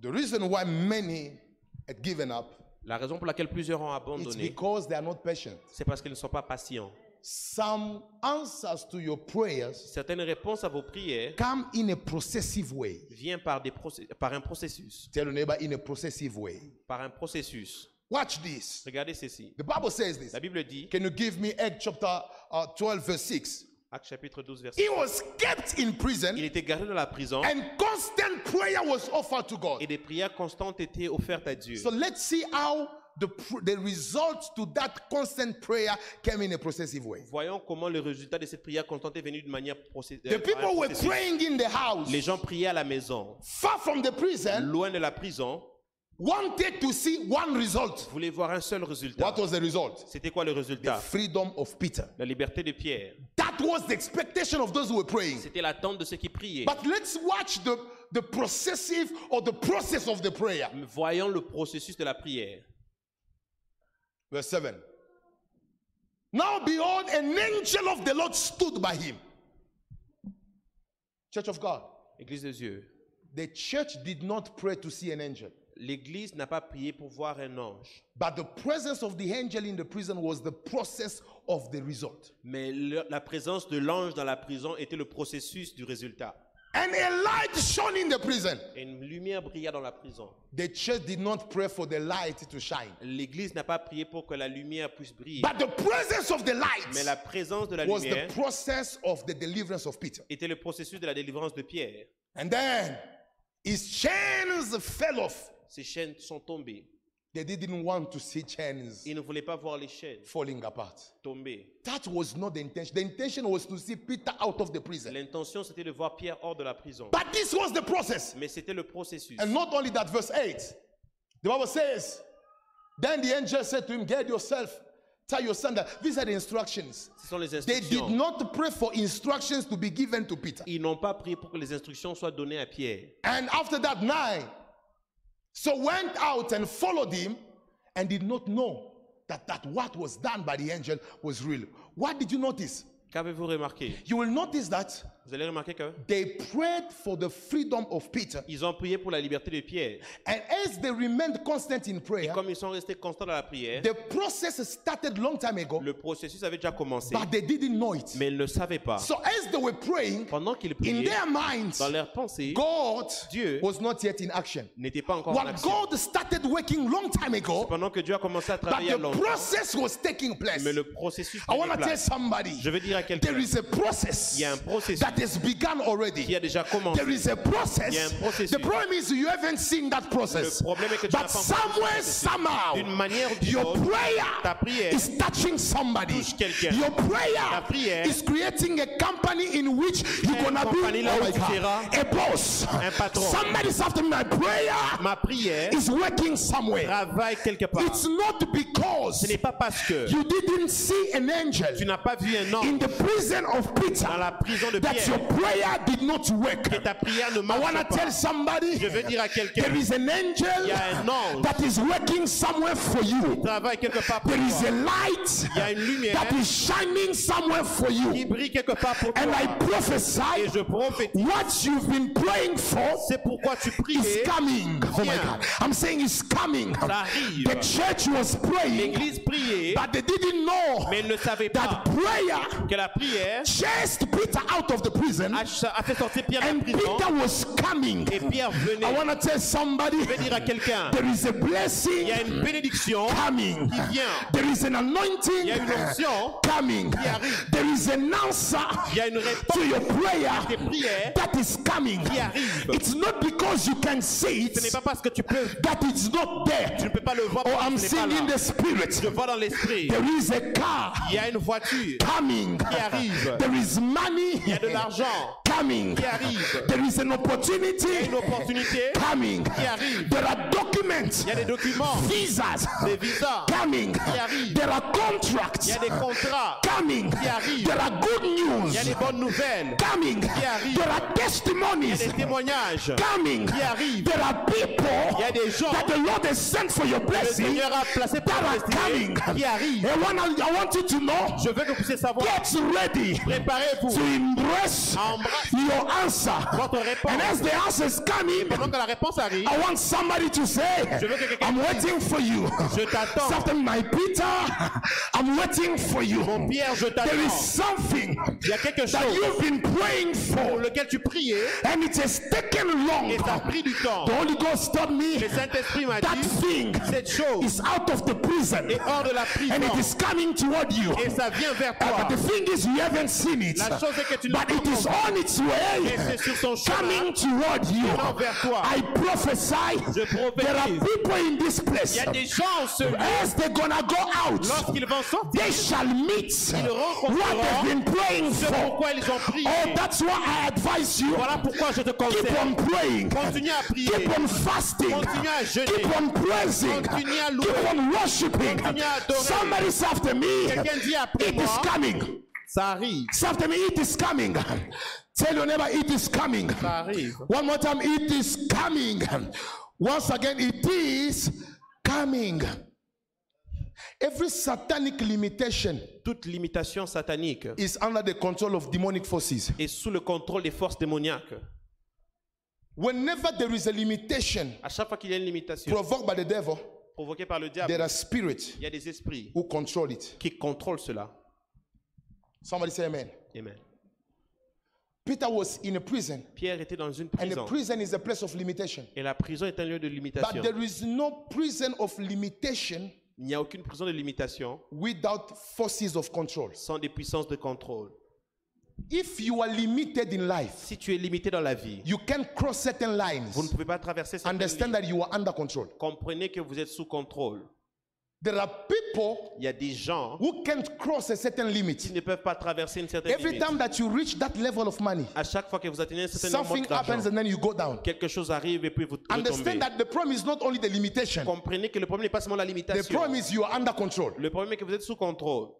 S2: The reason why many had given up
S3: La raison pour laquelle plusieurs ont
S2: It's
S3: abandonné,
S2: because they are not patient.
S3: c'est parce qu'ils ne sont pas patients.
S2: Some answers to your prayers
S3: Certaines réponses à vos prières
S2: come in a processive way.
S3: viennent par, des procé- par un processus.
S2: Tell your neighbor in a processive way.
S3: Par un processus.
S2: Watch this.
S3: Regardez ceci.
S2: The Bible says this.
S3: La Bible dit,
S2: Can you give me Acts chapter uh, 12, verse 6?
S3: Acte chapitre 12, verset
S2: He was kept in
S3: Il
S2: prison
S3: était gardé dans la prison
S2: and constant prayer was offered to
S3: et
S2: God.
S3: des prières constantes étaient offertes à Dieu.
S2: So let's see how the, pr- the results to that constant prayer came in a processive way.
S3: Voyons comment le résultat de cette prière constante est venu d'une manière procé- euh,
S2: The
S3: par un
S2: people were
S3: processus.
S2: praying in the house,
S3: Les gens priaient à la maison,
S2: far from the prison,
S3: loin de la prison,
S2: wanted to see one result.
S3: voulait voir un seul résultat.
S2: What was the result?
S3: C'était quoi le résultat
S2: Freedom of Peter.
S3: La liberté de Pierre.
S2: That was the expectation of those who were praying.
S3: C'était l'attente de ceux qui priaient.
S2: But let's watch the, the processive or the process of the prayer.
S3: Voyons le processus de la prière.
S2: Verse 7. Now behold, an angel of the Lord stood by him. Church of God.
S3: Église de Dieu.
S2: The church did not pray to see an angel,
S3: L'Église n'a pas prié pour voir un ange,
S2: but the presence of the angel in the prison was the process of the result.
S3: mais le- la présence de l'ange dans la prison était le processus du résultat.
S2: And a light shone in the prison.
S3: Et une lumière brilla dans la prison.
S2: The church did not pray for the light to shine,
S3: L'Église n'a pas prié pour que la lumière puisse briller,
S2: but the presence of the
S3: mais
S2: light
S3: la eh? présence de la
S2: was the
S3: lumière
S2: process of the deliverance of Peter.
S3: était le processus de la délivrance de Pierre.
S2: And then his chains fell off.
S3: Ses chaînes sont tombées.
S2: They didn't want to see chains
S3: Il ne voulait pas voir les chaînes
S2: falling apart.
S3: tomber.
S2: That was not the intention. The intention was to see Peter out of the prison.
S3: L'intention, c'était de voir Pierre hors de la prison.
S2: But this was the process.
S3: Mais c'était le processus.
S2: And not only that, verse 8. The Bible says, Then the angel said to him, Get yourself, tie your sandal. These are the instructions.
S3: Ce sont les
S2: They did
S3: instructions.
S2: not pray for instructions to be given to Peter.
S3: Ils n'ont pas prié pour que les instructions soient données à Pierre.
S2: And after that, nine. So went out and followed him and did not know that, that what was done by the angel was real. What did you notice?
S3: Qu'avez-vous remarqué
S2: You will notice that
S3: Vous allez remarquer que
S2: they prayed for the freedom of Peter.
S3: ils ont prié pour la liberté de Pierre.
S2: And as they remained constant in prayer,
S3: Comme ils sont restés constants dans la prière,
S2: the process started long time ago,
S3: le processus avait déjà commencé,
S2: but they didn't know it.
S3: mais ils ne savaient pas.
S2: So as they were praying,
S3: Pendant qu'ils
S2: in
S3: priaient,
S2: their minds,
S3: dans leur pensée,
S2: God
S3: Dieu
S2: was not yet in action.
S3: n'était pas encore en
S2: What
S3: action.
S2: God started working long time ago,
S3: Pendant que Dieu a commencé à
S2: but
S3: travailler à
S2: the
S3: longtemps,
S2: process was taking place.
S3: mais le processus
S2: I
S3: prenait
S2: want to tell
S3: place.
S2: somebody
S3: Je veux dire à quelqu'un
S2: there is a process
S3: Il y a un processus.
S2: that has begun
S3: qui
S2: already.
S3: a déjà commencé.
S2: There is a process.
S3: Il y a un processus.
S2: The problem is you haven't seen that process.
S3: Le problème est que tu n'as
S2: but
S3: pas encore
S2: somewhere,
S3: vu ce processus.
S2: somehow,
S3: D'une manière ou d'une
S2: your
S3: autre, ta
S2: prayer
S3: prière
S2: is touching somebody.
S3: touche quelqu'un.
S2: Your
S3: Ta
S2: prayer
S3: prière
S2: is creating a company in which you're
S3: crée une
S2: gonna
S3: compagnie
S2: be
S3: là
S2: oh
S3: où
S2: my
S3: tu
S2: God,
S3: seras
S2: a boss.
S3: un patron.
S2: Somebody's after me. My prayer
S3: Ma prière
S2: is working somewhere.
S3: travaille quelque part.
S2: It's not
S3: Ce
S2: because
S3: n'est pas parce que
S2: you didn't see an angel.
S3: tu n'as pas vu un
S2: in
S3: ange
S2: the prison of Peter
S3: dans la prison de
S2: that your
S3: Pierre
S2: prayer did not work.
S3: que ta prière ne
S2: I want to
S3: marche
S2: tell
S3: pas.
S2: somebody
S3: Je veux dire à quelqu'un,
S2: there is an angel
S3: il y a un ange.
S2: that is working somewhere for you.
S3: Travaille quelque part pour
S2: There is
S3: toi.
S2: a light
S3: Il y a une lumière
S2: that is shining somewhere for
S3: qui
S2: you.
S3: brille quelque part pour
S2: And I
S3: toi. Et je
S2: prophesy
S3: prophétise.
S2: what you've been praying for
S3: C'est pourquoi tu
S2: is
S3: priais.
S2: coming. Oh my
S3: Viens.
S2: God. I'm saying it's coming.
S3: Ça arrive.
S2: The church was praying,
S3: L'Église priait,
S2: but they didn't know
S3: mais elle ne savait pas
S2: that prayer
S3: que la prière
S2: chased Peter out of the prison
S3: a, a fait sortir Pierre de la
S2: And
S3: prison.
S2: Peter was coming.
S3: Et Pierre
S2: I
S3: venait.
S2: want to tell somebody
S3: Je veux dire à quelqu'un,
S2: there is a
S3: il y a
S2: blessing
S3: une bénédiction
S2: coming.
S3: qui vient.
S2: There is an
S3: Il y a
S2: anointing
S3: une option.
S2: coming.
S3: arrive.
S2: There is an answer
S3: Il y a une réponse
S2: to your
S3: tes
S2: prayer
S3: prières.
S2: that is coming.
S3: qui arrive.
S2: It's not because you can see
S3: Ce n'est
S2: it
S3: pas parce que tu peux,
S2: that it's not
S3: tu ne
S2: there.
S3: peux pas le voir.
S2: Oh,
S3: parce
S2: I'm
S3: que ce n'est pas
S2: seeing in
S3: là.
S2: the spirit.
S3: Je vois dans l'esprit.
S2: There is a car
S3: Il y a une voiture
S2: coming.
S3: qui arrive.
S2: There is money
S3: Il y a de l'argent
S2: coming.
S3: qui arrive.
S2: There is an
S3: Il y a
S2: opportunity
S3: une opportunité.
S2: coming.
S3: arrive.
S2: There are documents.
S3: Il y a des documents,
S2: visas
S3: des visas.
S2: coming.
S3: arrive.
S2: There are contracts
S3: Il y a des contrats.
S2: coming.
S3: arrive.
S2: There are good
S3: Il y a
S2: news
S3: des bonnes nouvelles.
S2: coming.
S3: arrive.
S2: There are
S3: Il y a
S2: testimonies
S3: des témoignages.
S2: coming.
S3: arrive.
S2: There are people
S3: Il y a des gens
S2: that the Lord has sent for your
S3: Le
S2: blessing
S3: Seigneur a placé pour
S2: that are
S3: destiné
S2: coming.
S3: qui arrive.
S2: I want, I want you to know
S3: Je veux que vous puissiez savoir.
S2: get ready to
S3: Préparez-vous.
S2: embrace
S3: À embrasser
S2: your answer.
S3: votre réponse.
S2: And as the answer is coming,
S3: Pendant que la réponse arrive,
S2: I want somebody to say,
S3: Je veux que quelqu'un
S2: I'm waiting for you.
S3: je t'attends.
S2: Something, my Peter, I'm waiting for you.
S3: Pierre, je
S2: There is
S3: t'attends.
S2: something
S3: Il y a quelque
S2: that
S3: chose
S2: you've been praying
S3: pour
S2: for,
S3: lequel tu priais
S2: and it has taken long.
S3: et ça a
S2: The
S3: pris du temps.
S2: Holy Ghost told me
S3: Le Saint-Esprit m'a
S2: that
S3: dit
S2: thing
S3: cette chose
S2: is out of the prison,
S3: est hors de la prison
S2: and it is coming toward you.
S3: et ça vient vers
S2: But
S3: toi.
S2: the thing is, you haven't seen it,
S3: La chose est que tu ne
S2: but it is
S3: comprends
S2: on its
S3: Et
S2: way.
S3: c'est sur son chemin.
S2: Coming toward you,
S3: Venant vers toi.
S2: I prophesy
S3: Je
S2: there are
S3: prophétise.
S2: people in this
S3: Il y
S2: place
S3: a des gens, ceux
S2: As they're gonna go out,
S3: lorsqu'ils vont sortir,
S2: they shall meet
S3: rencontreront
S2: what they've been praying
S3: C'est
S2: for.
S3: pourquoi ils ont prié.
S2: Oh, that's why I advise you.
S3: Voilà pourquoi je te
S2: Keep
S3: conseille.
S2: on praying.
S3: Continue à prier.
S2: Keep on fasting.
S3: Continue à jeûner.
S2: Keep on praising.
S3: Continue à louer.
S2: Keep on worshiping.
S3: Continue à adorer.
S2: Somebody's after me.
S3: Quelqu'un dit
S2: It
S3: après-moi.
S2: is coming.
S3: Ça arrive.
S2: Say after me, it is coming. Tell your neighbor, it is coming.
S3: Ça arrive.
S2: One more time, it is coming. Once again, it is coming. Every satanic limitation
S3: Toute limitation satanique
S4: is under the control of demonic forces.
S3: est sous le contrôle des forces démoniaques.
S4: Whenever there is a limitation
S3: À chaque fois qu'il y a une limitation
S4: provoked by the devil,
S3: provoquée par le diable,
S4: there are spirits
S3: il y a des esprits
S4: who control it.
S3: qui contrôlent cela.
S4: Somebody say amen.
S3: Amen.
S4: Peter was in a prison,
S3: Pierre était dans une
S4: and a
S3: prison.
S4: prison is a place of limitation.
S3: Et la prison est un lieu de
S4: But
S3: limitation.
S4: there is no prison of limitation
S3: Il n'y a aucune prison de limitation
S4: without forces of control.
S3: sans des puissances de contrôle.
S4: If you are limited in life,
S3: Si tu es limité dans la vie,
S4: you can cross certain
S3: vous ne
S4: lines.
S3: pouvez pas traverser cette
S4: Understand
S3: ligne.
S4: that you are under control.
S3: Comprenez que vous êtes sous contrôle.
S4: There are people
S3: Il y a des gens
S4: who can't cross a certain
S3: qui
S4: limit.
S3: ne peuvent pas traverser une certaine
S4: Every
S3: limite.
S4: time that you reach that level of money,
S3: À chaque fois que vous atteignez un certain
S4: something
S3: nombre d'argent,
S4: happens and then you go down.
S3: quelque chose arrive et puis vous retombez.
S4: Understand that the problem is not only the limitation.
S3: Comprenez que le problème n'est pas seulement la
S4: The
S3: limitation.
S4: problem is you are under control.
S3: Le problème est que vous êtes sous contrôle.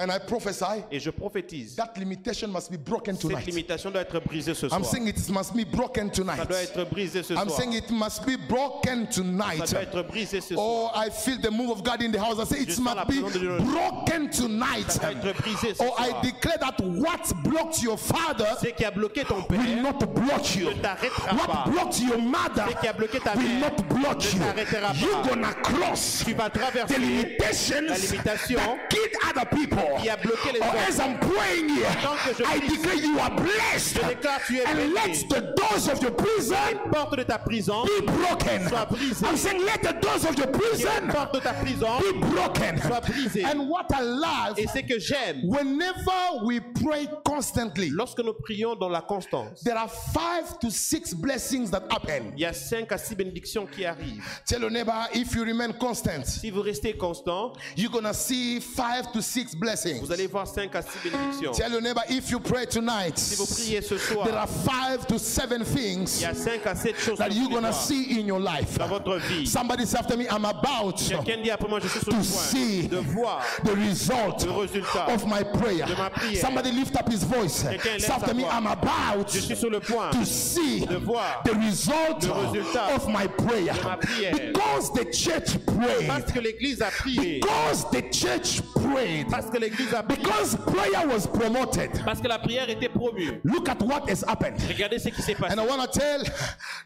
S4: And I prophesy
S3: Et je prophétise,
S4: that limitation must be broken
S3: cette
S4: tonight.
S3: limitation doit être brisée ce soir.
S4: I'm saying it must be broken
S3: Ça doit
S4: tonight.
S3: être brisé ce
S4: I'm
S3: soir.
S4: saying it must be broken
S3: Ça
S4: tonight.
S3: doit être brisé ce soir.
S2: Oh, I feel the move of God in the house. I say
S3: Je
S2: it
S3: sens la
S2: must be
S3: présence de Dieu.
S2: broken tonight.
S3: Ça doit être brisé ce
S2: Oh, I
S3: soir.
S2: declare that what blocked your father
S3: Ce qui a bloqué ton
S2: will
S3: père
S2: not block you.
S3: ne t'arrêtera
S2: What
S3: pas.
S2: blocked your mother
S3: Ce qui a bloqué ta
S2: will
S3: mère
S2: not block
S3: ne
S2: you.
S3: t'arrêtera
S2: You're
S3: pas.
S2: gonna cross
S3: Tu vas
S2: the
S3: traverser.
S2: limitations
S3: la limitation
S2: that kid other people.
S3: qui a bloqué les
S2: Or
S3: autres.
S2: as I'm praying here,
S3: Tant que je
S2: I
S3: prie,
S2: declare you are blessed.
S3: je déclare tu es
S2: And let
S3: béni.
S2: the doors of your prison
S3: La porte de ta prison,
S2: be broken.
S3: Sois brisé.
S2: I'm saying let the doors of your
S3: la
S2: prison
S3: porte de ta prison,
S2: be broken.
S3: Sois brisé.
S2: And what I love,
S3: et c'est que j'aime.
S2: whenever we pray constantly,
S3: Lorsque nous prions dans la constance,
S2: there are five to six blessings that happen.
S3: il y a cinq à six bénédictions qui arrivent.
S2: Tell your neighbor if you remain constant,
S3: Si vous restez constant,
S2: you're gonna see five to six blessings.
S3: vous allez voir cinq à six bénédictions.
S2: Tell your neighbor if you pray tonight,
S3: Si vous priez ce
S2: there are
S3: soir,
S2: five to seven
S3: il
S2: things
S3: y a cinq à sept choses
S2: that
S3: que vous
S2: you're
S3: allez
S2: gonna
S3: voir
S2: see in your life.
S3: dans votre vie.
S2: Somebody say after me, I'm about to
S3: Quelqu'un dit après moi, je suis sur le
S2: see
S3: point de voir
S2: the result
S3: le résultat.
S2: of my prayer.
S3: de ma prière.
S2: Somebody lift up his voice.
S3: Quelqu'un lève
S2: Say after
S3: sa
S2: me,
S3: voix.
S2: I'm about
S3: Je suis sur le point
S2: to see
S3: Ah. de voir
S2: the result
S3: le résultat
S2: of my prayer.
S3: de ma prière.
S2: Because the church prayed.
S3: parce que l'Église a prié,
S2: Because the church prayed.
S3: parce que l'Église a prié,
S2: Because prayer was promoted.
S3: parce que la prière était promue.
S2: Look at what has happened.
S3: Regardez ce qui s'est passé,
S2: And I want to tell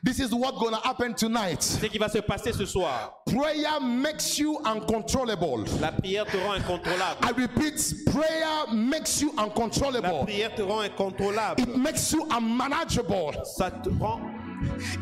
S2: this is what's going to happen tonight.
S3: ce qui va se passer ce soir.
S2: Prayer makes you uncontrollable.
S3: La prière te rend incontrôlable.
S2: I repeat, prayer makes you
S3: La
S2: uncontrollable.
S3: prière te rend incontrôlable.
S2: It makes you unmanageable
S3: Ça te rend,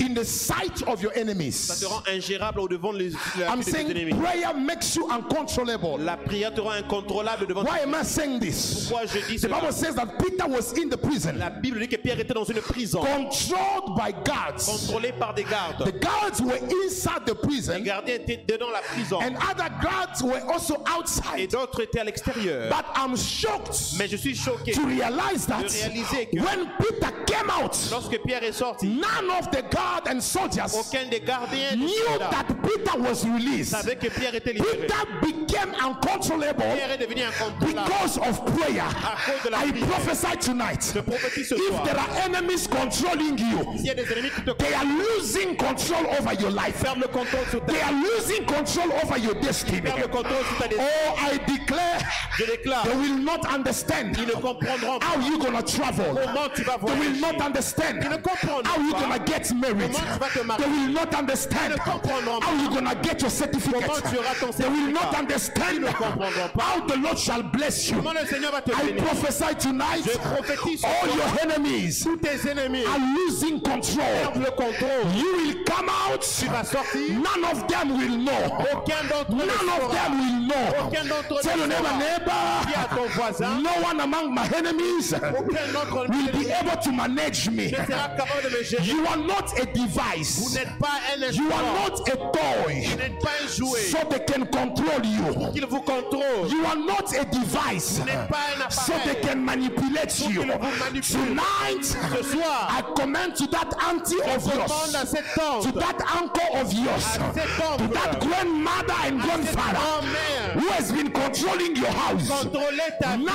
S2: in the sight of your
S3: ça
S2: enemies.
S3: te rend ingérable au devant de les- de la
S2: I'm
S3: vue de tes
S2: saying
S3: ennemis.
S2: prayer makes you uncontrollable.
S3: La prière te rend incontrôlable devant.
S2: Why am I saying this?
S3: Pourquoi je dis
S2: The
S3: cela
S2: Bible says that Peter was in the prison,
S3: La Bible dit que Pierre était dans une prison,
S2: controlled by guards.
S3: contrôlé par des
S2: The
S3: gardes.
S2: guards were inside the
S3: Les
S2: prison,
S3: gardes étaient dedans la prison
S2: and other guards were also
S3: et
S2: outside.
S3: d'autres étaient à l'extérieur.
S2: But I'm shocked
S3: Mais je suis choqué.
S2: to realize that
S3: réaliser que-
S2: when Peter came out,
S3: Lorsque Pierre est sorti,
S2: none of the guard and soldiers
S3: aucun des gardiens du
S2: knew
S3: soldat
S2: that Peter was released.
S3: savait que Pierre était libéré.
S2: Peter became uncontrollable
S3: Pierre est devenu incontrôlable.
S2: because of prayer.
S3: cause de la
S2: I
S3: prière.
S2: prophesy tonight.
S3: Je prophétise ce
S2: If
S3: soir.
S2: there are enemies controlling you,
S3: S'il y a des ennemis qui te
S2: they are losing control over your life.
S3: perdent le contrôle sur ta
S2: They are losing control over your destiny.
S3: perdent le contrôle sur ta destinée,
S2: Oh, I declare
S3: je déclare,
S2: they will not understand
S3: ils ne comprendront pas
S2: how you're gonna travel.
S3: comment tu vas
S2: They will
S3: voyager.
S2: not understand
S3: Ils ne comprendront
S2: how you're
S3: pas
S2: gonna get married.
S3: comment tu vas te marier.
S2: They will not understand
S3: Ils ne comprendront
S2: how you're gonna get your certificate.
S3: Comment tu auras ton
S2: They will not
S3: certificat.
S2: understand
S3: Ils ne comprendront pas.
S2: how the Lord shall bless you.
S3: Comment le Seigneur va te
S2: I
S3: bénir
S2: prophesy tonight.
S3: Je prophétise
S2: All
S3: sur
S2: your enemies
S3: tous tes ennemis.
S2: are losing control.
S3: Perdent le contrôle.
S2: You will come out.
S3: vas sortir.
S2: None of them will know.
S3: Aucun d'entre eux ne
S2: None of
S3: saura.
S2: them will know.
S3: Aucun d'entre eux
S2: Tell your
S3: ne
S2: neighbor,
S3: saura. Dis à ton voisin.
S2: neighbor, no one among my enemies
S3: Aucun d'entre eux
S2: will be
S3: ne
S2: able to manage me.
S3: sera capable de me gérer.
S2: You are not a
S3: Vous
S2: device.
S3: n'êtes pas un
S2: You are
S3: instrument.
S2: not a toy.
S3: Vous n'êtes pas un jouet.
S2: So they can control you.
S3: pour
S5: control.
S3: qu'il vous contrôle.
S5: You are not a device
S3: pas un
S5: so they
S3: appareil.
S5: can manipulate you.
S3: qu'ils vous manipulent.
S5: Tonight,
S3: Ce soir,
S5: I command to that auntie of
S3: commande à
S5: yours,
S3: cet ange,
S5: to that uncle of yours,
S3: à cet
S5: to
S3: oncle,
S5: that grandmother and
S3: cette
S5: grandfather
S3: grand-mère,
S5: who has been controlling your house.
S3: contrôlez ta vie.
S5: Now,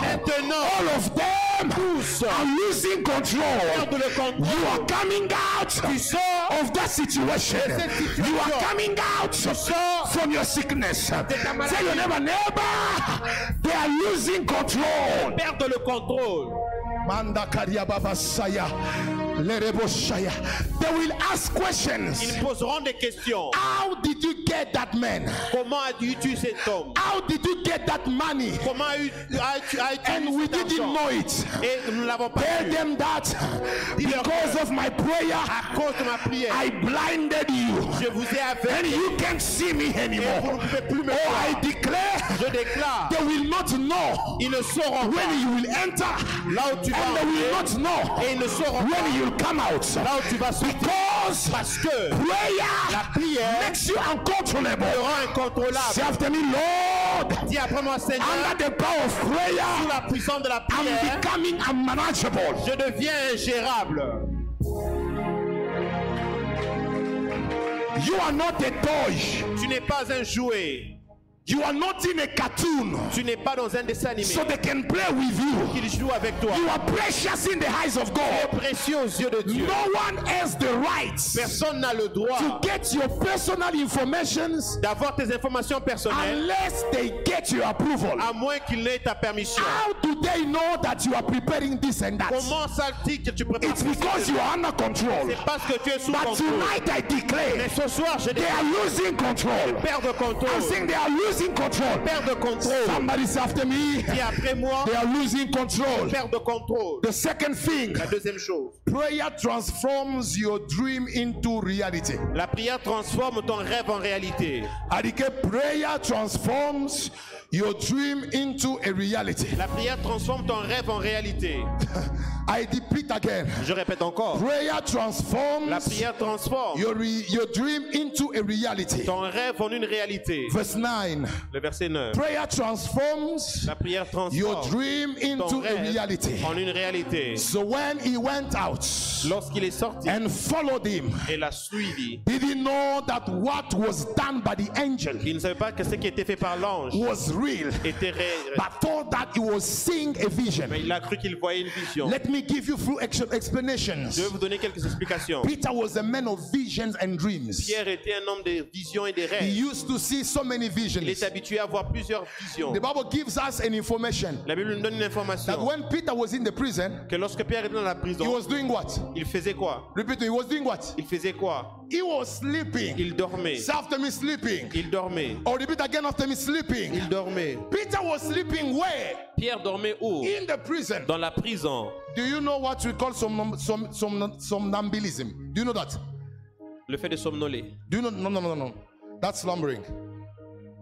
S3: Maintenant,
S5: all of them are losing
S3: Perdent le
S5: control.
S3: contrôle.
S5: You are coming out of that situation.
S3: cette situation.
S5: You are coming out from your sickness.
S3: maladie.
S5: Tell your neighbor, neighbor, they are losing control.
S3: perdre le contrôle.
S5: Manda kariyababasaya, lerebosaya. They will ask questions.
S3: Ils poseront des questions.
S5: How did you get that man?
S3: Comment as-tu tué cet homme
S5: How did you get that money?
S3: Comment as-tu as-tu- as-tu
S5: And we
S3: cet
S5: didn't
S3: argent
S5: know it.
S3: Et nous ne l'avons pas
S5: Tell
S3: vu.
S5: them that
S3: Dis-leur
S5: because of my prayer,
S3: À cause de ma prière,
S5: I blinded you.
S3: je vous ai
S5: And
S3: averti.
S5: you can't see me anymore. Oh, I
S3: Je
S5: declare
S3: déclare,
S5: they will not know
S3: ils ne sauront
S5: when
S3: pas
S5: you will enter,
S3: là où tu
S5: and
S3: vas
S5: they will
S3: entrer
S5: not know
S3: et ils ne sauront pas
S5: when you'll come out.
S3: là où tu vas sortir.
S5: Because
S3: Parce que la
S5: prayer
S3: prière
S5: makes you
S3: te
S5: uncontrollable.
S3: rend incontrôlable.
S5: Say after me, Lord,
S3: Dis après moi, Seigneur,
S5: under the power of
S3: sous
S5: prayer,
S3: la puissance de la
S5: I'm
S3: prière,
S5: becoming unmanageable.
S3: je deviens ingérable.
S5: You are not a toy.
S3: Tu n'es pas un jouet.
S5: You are not in a cartoon.
S3: Tu n'es pas dans un dessin animé.
S5: so they can play with you.
S3: Qu'il joue avec toi.
S5: You are precious in the eyes of God.
S3: Précieux aux yeux de Dieu.
S5: No one has the right
S3: Personne n'a le
S5: to
S3: droit
S5: get your personal information
S3: d'avoir tes informations personnelles
S5: unless they get your approval.
S3: à moins qu'il n'ait ta permission.
S5: How do they know that you are preparing this and that?
S3: Comment savent-ils que tu prépares
S5: It's
S3: ceci,
S5: because
S3: cela
S5: you are under control.
S3: C'est parce que tu es sous
S5: But
S3: contrôle.
S5: tonight I
S3: Mais
S5: declare
S3: ce soir, je
S5: they
S3: déclare
S5: are losing control.
S3: perdre
S5: I'm
S3: contrôle.
S5: saying they are losing control.
S3: Perdre contrôle.
S5: Somebody say after me,
S3: Et
S5: they
S3: après moi,
S5: are losing control.
S3: perdre contrôle.
S5: The second thing,
S3: La deuxième chose,
S2: Prayer transforms your dream into reality.
S3: la prière transforme ton rêve en réalité.
S2: Adică prayer transforms your dream into a reality.
S3: La prière transforme ton rêve en réalité.
S2: I repeat again.
S3: Je répète encore.
S2: Prayer
S3: La
S2: transforms
S3: prière transforme
S2: your, re- your dream into a reality.
S3: ton rêve en une réalité.
S2: Verse 9.
S3: Le verset 9.
S2: Prayer transforms
S3: La prière
S2: your
S3: transforme
S2: dream
S3: ton
S2: into a
S3: rêve
S2: reality.
S3: en une réalité.
S2: So when he went out
S3: Lorsqu'il est sorti,
S2: and followed him,
S3: elle l'a suivi.
S2: did he know that what was done by the angel
S3: Il ne savait pas que ce qui était fait par l'ange
S2: was real,
S3: était réel.
S2: but thought that he was seeing a vision?
S3: Mais il a cru qu'il voyait une vision.
S2: Let me give you few ex- explanations.
S3: Je vais vous donner quelques explications.
S2: Peter was a man of visions and dreams.
S3: Pierre était un homme de visions et des
S2: He
S3: rêves.
S2: used to see so many
S3: Il
S2: visions.
S3: est habitué à voir plusieurs visions.
S2: The Bible gives us an information
S3: La Bible nous donne une
S2: that
S3: information
S2: when Peter was in the prison,
S3: que lorsque Pierre était dans la
S2: he
S3: prison,
S2: was doing what?
S3: il faisait quoi
S2: Repeat, he was doing what?
S3: Il faisait quoi
S2: He was sleeping.
S3: Il dormait.
S2: Say after me, sleeping.
S3: Il dormait.
S2: Or repeat again after me, sleeping.
S3: Il dormait.
S2: Peter was sleeping where?
S3: Pierre dormait où
S2: In the prison.
S3: Dans la prison.
S2: Do you know what we call somnom- som- somnom- somnambulism? Do you know that?
S3: Le fait de somnoler.
S2: Do you know? No, no, no, no. That's slumbering.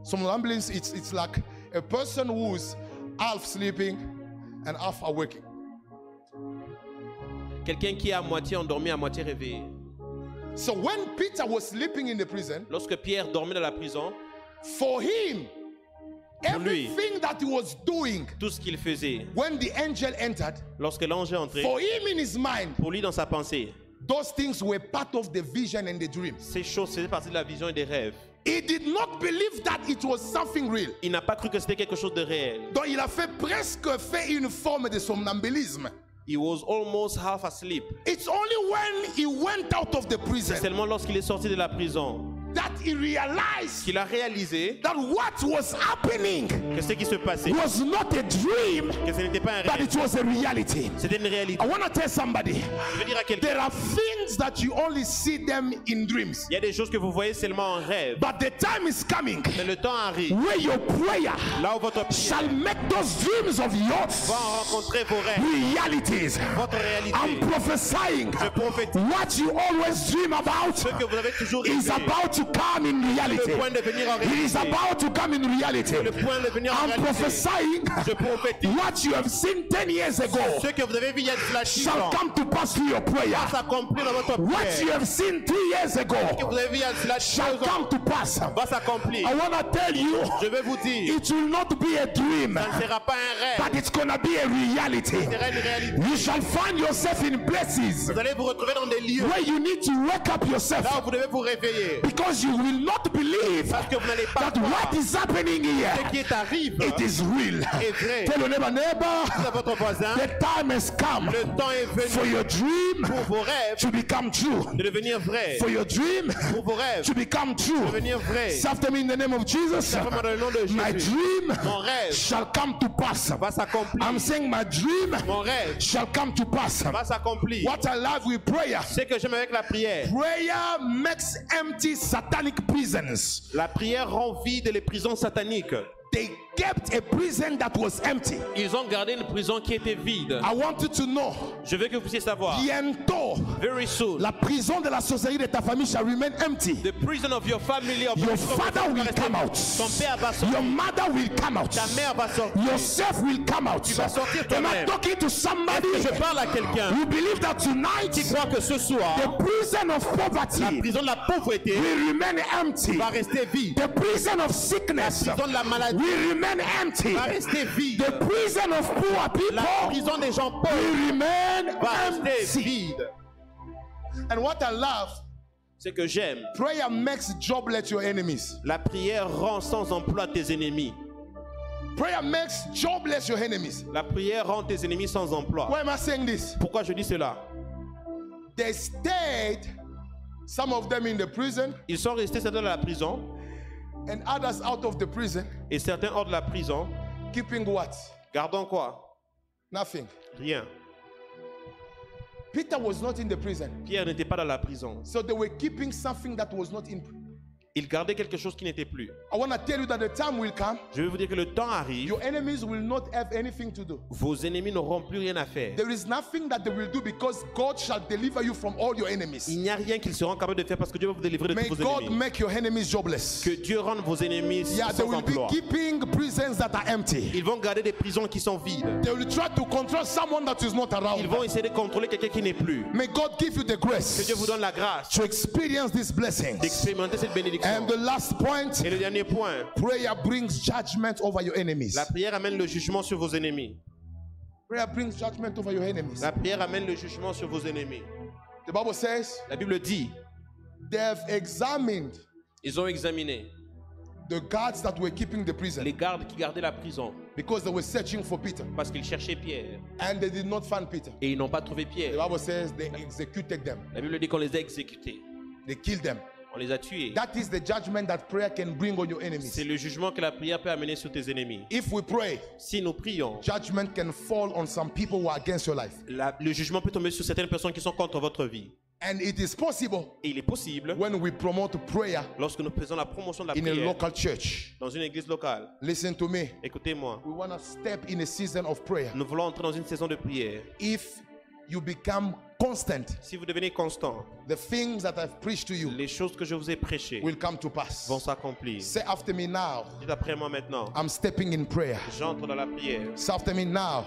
S2: Somnambulism, it's, it's like a person who's half sleeping and half awaking.
S3: Quelqu'un qui est à moitié endormi, à moitié réveillé.
S2: So when Peter was sleeping in the prison,
S3: Lorsque Pierre dormait dans la prison,
S2: for him,
S3: lui.
S2: everything that he was doing
S3: tout ce qu'il faisait,
S2: when the angel entered,
S3: lorsque l'ange est entré,
S2: for him in his mind,
S3: pour lui dans sa pensée,
S2: those things were part of the vision and the dreams.
S3: ces choses faisaient partie de la vision et des rêves.
S2: He did not believe that it was something real.
S3: Il n'a pas cru que c'était quelque chose de réel.
S2: Donc il a fait presque fait une forme de somnambulisme.
S3: He was almost half asleep.
S2: It's only when he went out of the
S3: C'est
S2: prison
S3: Seulement lorsqu'il est sorti de la prison,
S2: that he realized
S3: qu'il a réalisé
S2: that what was happening
S3: que ce qui se passait,
S5: was not a dream,
S3: que ce n'était pas un
S5: but
S3: rêve,
S5: it was a reality.
S3: c'était une réalité.
S5: I want to tell somebody
S3: Je veux dire à quelqu'un,
S2: there are things that you only see them in dreams.
S3: il y a des choses que vous voyez seulement en rêve,
S5: But the time is coming
S3: mais le temps arrive.
S5: where your prayer
S3: Là où votre prière
S5: shall make those dreams of yours
S3: va en rencontrer vos rêves,
S5: realities.
S3: votre
S5: I'm
S3: réalité.
S5: prophesying
S3: Je prophétise
S5: what you always dream about
S3: ce que vous avez toujours
S5: is
S3: rêvé.
S5: about to come in reality.
S3: Le point de venir en
S5: It is
S3: réalité.
S5: about to come in reality.
S3: Le point de venir en
S5: I'm
S3: réalité.
S5: prophesying
S3: Je prophétise.
S5: what you have seen 10 years ago
S3: Ce que vous avez vu il y a de la
S5: shall come to pass through your prayer.
S3: va s'accomplir dans votre
S5: What you
S3: prière.
S5: have seen three years
S3: Ce que
S5: ago
S3: vous avez vu il y a de la
S5: shall come to pass. I
S3: va s'accomplir.
S5: want to tell you,
S3: Je vais vous dire,
S5: it will not be a dream,
S3: ça ne
S5: but
S3: sera pas un rêve,
S5: it's gonna be a reality.
S3: ça sera une réalité.
S5: You shall find yourself in places
S3: Vous allez vous retrouver dans des lieux
S5: where you need to wake up
S3: là où
S5: yourself
S3: vous devez vous réveiller.
S5: because you will not believe
S3: Parce que vous n'allez pas
S5: that what
S3: croire
S5: is happening
S3: ce
S5: here
S3: qui est arrivé.
S5: it is real.
S3: Est vrai.
S5: Tell your neighbor,
S3: Dites à
S5: neighbor,
S3: votre voisin,
S5: the time has come
S3: le temps est
S5: for
S3: venu
S5: your dream
S3: pour vos rêves
S5: to become true.
S3: de devenir vrai.
S5: For your dream
S3: Pour vos rêves
S5: to
S3: de
S5: become true.
S3: devenir vrai.
S5: Say after me in the name of Jesus.
S3: Simplement dans le nom de
S5: My
S3: Jésus.
S5: dream
S3: Mon rêve
S5: shall come to pass.
S3: va s'accomplir.
S5: I'm saying my dream
S3: Mon rêve
S5: shall come to pass.
S3: va s'accomplir.
S5: What I love with prayer.
S3: C'est que j'aime avec la prière.
S5: Prayer makes empty satanic prisons.
S3: La prière rend vide les prisons sataniques.
S5: They kept a prison that was empty.
S3: Ils ont gardé une prison qui était vide.
S5: I want you to know.
S3: Je veux que vous puissiez savoir.
S5: Bientôt,
S3: Very soon,
S5: la prison de la sorcellerie de ta famille shall remain empty.
S3: the prison of your family of
S5: Your
S3: prison va
S5: father will
S3: rester
S5: come
S3: vide.
S5: out.
S3: Ton père va
S5: Your
S3: sortir.
S5: mother will come out.
S3: Ta mère va sortir.
S5: Yourself will come out.
S3: vas sortir
S5: Am I
S3: toi-même.
S5: talking to somebody
S3: Est-ce que je parle à quelqu'un
S5: who believe that tonight
S3: qui croit que ce soir,
S5: the prison of
S3: la
S5: poverty
S3: prison de la pauvreté
S5: will remain empty?
S3: va rester vide.
S5: The prison of sickness
S3: La prison de la maladie
S5: will remain empty.
S3: va rester vide.
S5: The prison of poor
S3: La
S5: people
S3: prison des gens pauvres
S5: will remain
S3: va rester
S5: empty.
S3: vide.
S2: And what I love,
S3: Ce que j'aime,
S2: prayer makes jobless your enemies.
S3: la prière rend sans emploi tes ennemis.
S2: Prayer makes jobless your enemies.
S3: La prière rend tes ennemis sans emploi.
S2: Why am I saying this?
S3: Pourquoi je dis cela
S2: They stayed, some of them in the prison
S3: Ils sont restés certains dans la prison
S2: and others out of the prison,
S3: et certains hors de la prison.
S2: keeping what?
S3: Gardant quoi
S2: Nothing.
S3: Rien.
S2: Peter was not in the prison.
S3: Pierre n'était pas dans la prison.
S2: So they were keeping something that was not in.
S3: Il gardait quelque chose qui n'était plus.
S2: I want to tell you that the time will come,
S3: Je veux vous dire que le temps arrive.
S2: your enemies will not have anything to do.
S3: Vos ennemis n'auront plus rien à faire.
S2: There is nothing that they will do because God shall deliver you from all your enemies.
S3: Il n'y a rien qu'ils seront capables de faire parce que Dieu va vous délivrer de
S2: May
S3: tous vos
S2: God
S3: ennemis.
S2: make your enemies jobless.
S3: Que Dieu rende vos ennemis
S2: Yeah, they
S3: sans
S2: will be
S3: emploi.
S2: keeping prisons that are empty.
S3: Ils vont garder des prisons qui sont vides.
S2: They will try to control someone that is not
S3: Ils
S2: around.
S3: vont essayer de contrôler quelqu'un qui n'est plus.
S2: May God give you the
S3: Que Dieu vous
S2: grace
S3: donne la grâce
S2: to experience these blessings.
S3: d'expérimenter cette bénédiction.
S2: And the last point
S3: Et le dernier point,
S2: prayer brings judgment over your enemies.
S3: la prière amène le jugement sur vos ennemis.
S2: Prayer brings judgment over your enemies.
S3: La prière amène le jugement sur vos ennemis.
S2: The Bible says
S3: La Bible dit,
S2: they have examined
S3: ils ont examiné
S2: the guards that were keeping the prison
S3: les gardes qui gardaient la prison
S2: because they were searching for Peter
S3: parce qu'ils cherchaient Pierre
S2: and they did not find Peter.
S3: et ils n'ont pas trouvé
S2: The
S3: Pierre.
S2: Bible says they executed them,
S3: La Bible dit qu'on les a exécutés,
S2: they killed them.
S3: on les a tués.
S2: That is the judgment that prayer can bring on your
S3: C'est
S2: enemies.
S3: le jugement que la prière peut amener sur tes ennemis.
S2: If we pray,
S3: Si nous prions,
S2: judgment can fall on some people who are against your life.
S3: la- le jugement peut tomber sur certaines personnes qui sont contre votre vie.
S2: And it is possible
S3: Et il est possible,
S2: when we promote prayer
S3: lorsque nous faisons la promotion de la
S2: in a
S3: prière
S2: local church.
S3: dans une église locale,
S2: Listen to me.
S3: écoutez-moi,
S2: We want to step in a season of prayer.
S3: nous voulons entrer dans une saison de prière.
S2: If you become constant,
S3: Si vous devenez constant,
S2: the things that I've preached to you
S3: les choses que je vous ai prêchées
S2: will come to pass.
S3: vont s'accomplir.
S2: Say after me now.
S3: Dites après moi maintenant,
S2: I'm stepping in prayer.
S3: j'entre dans la prière.
S2: Say after me now.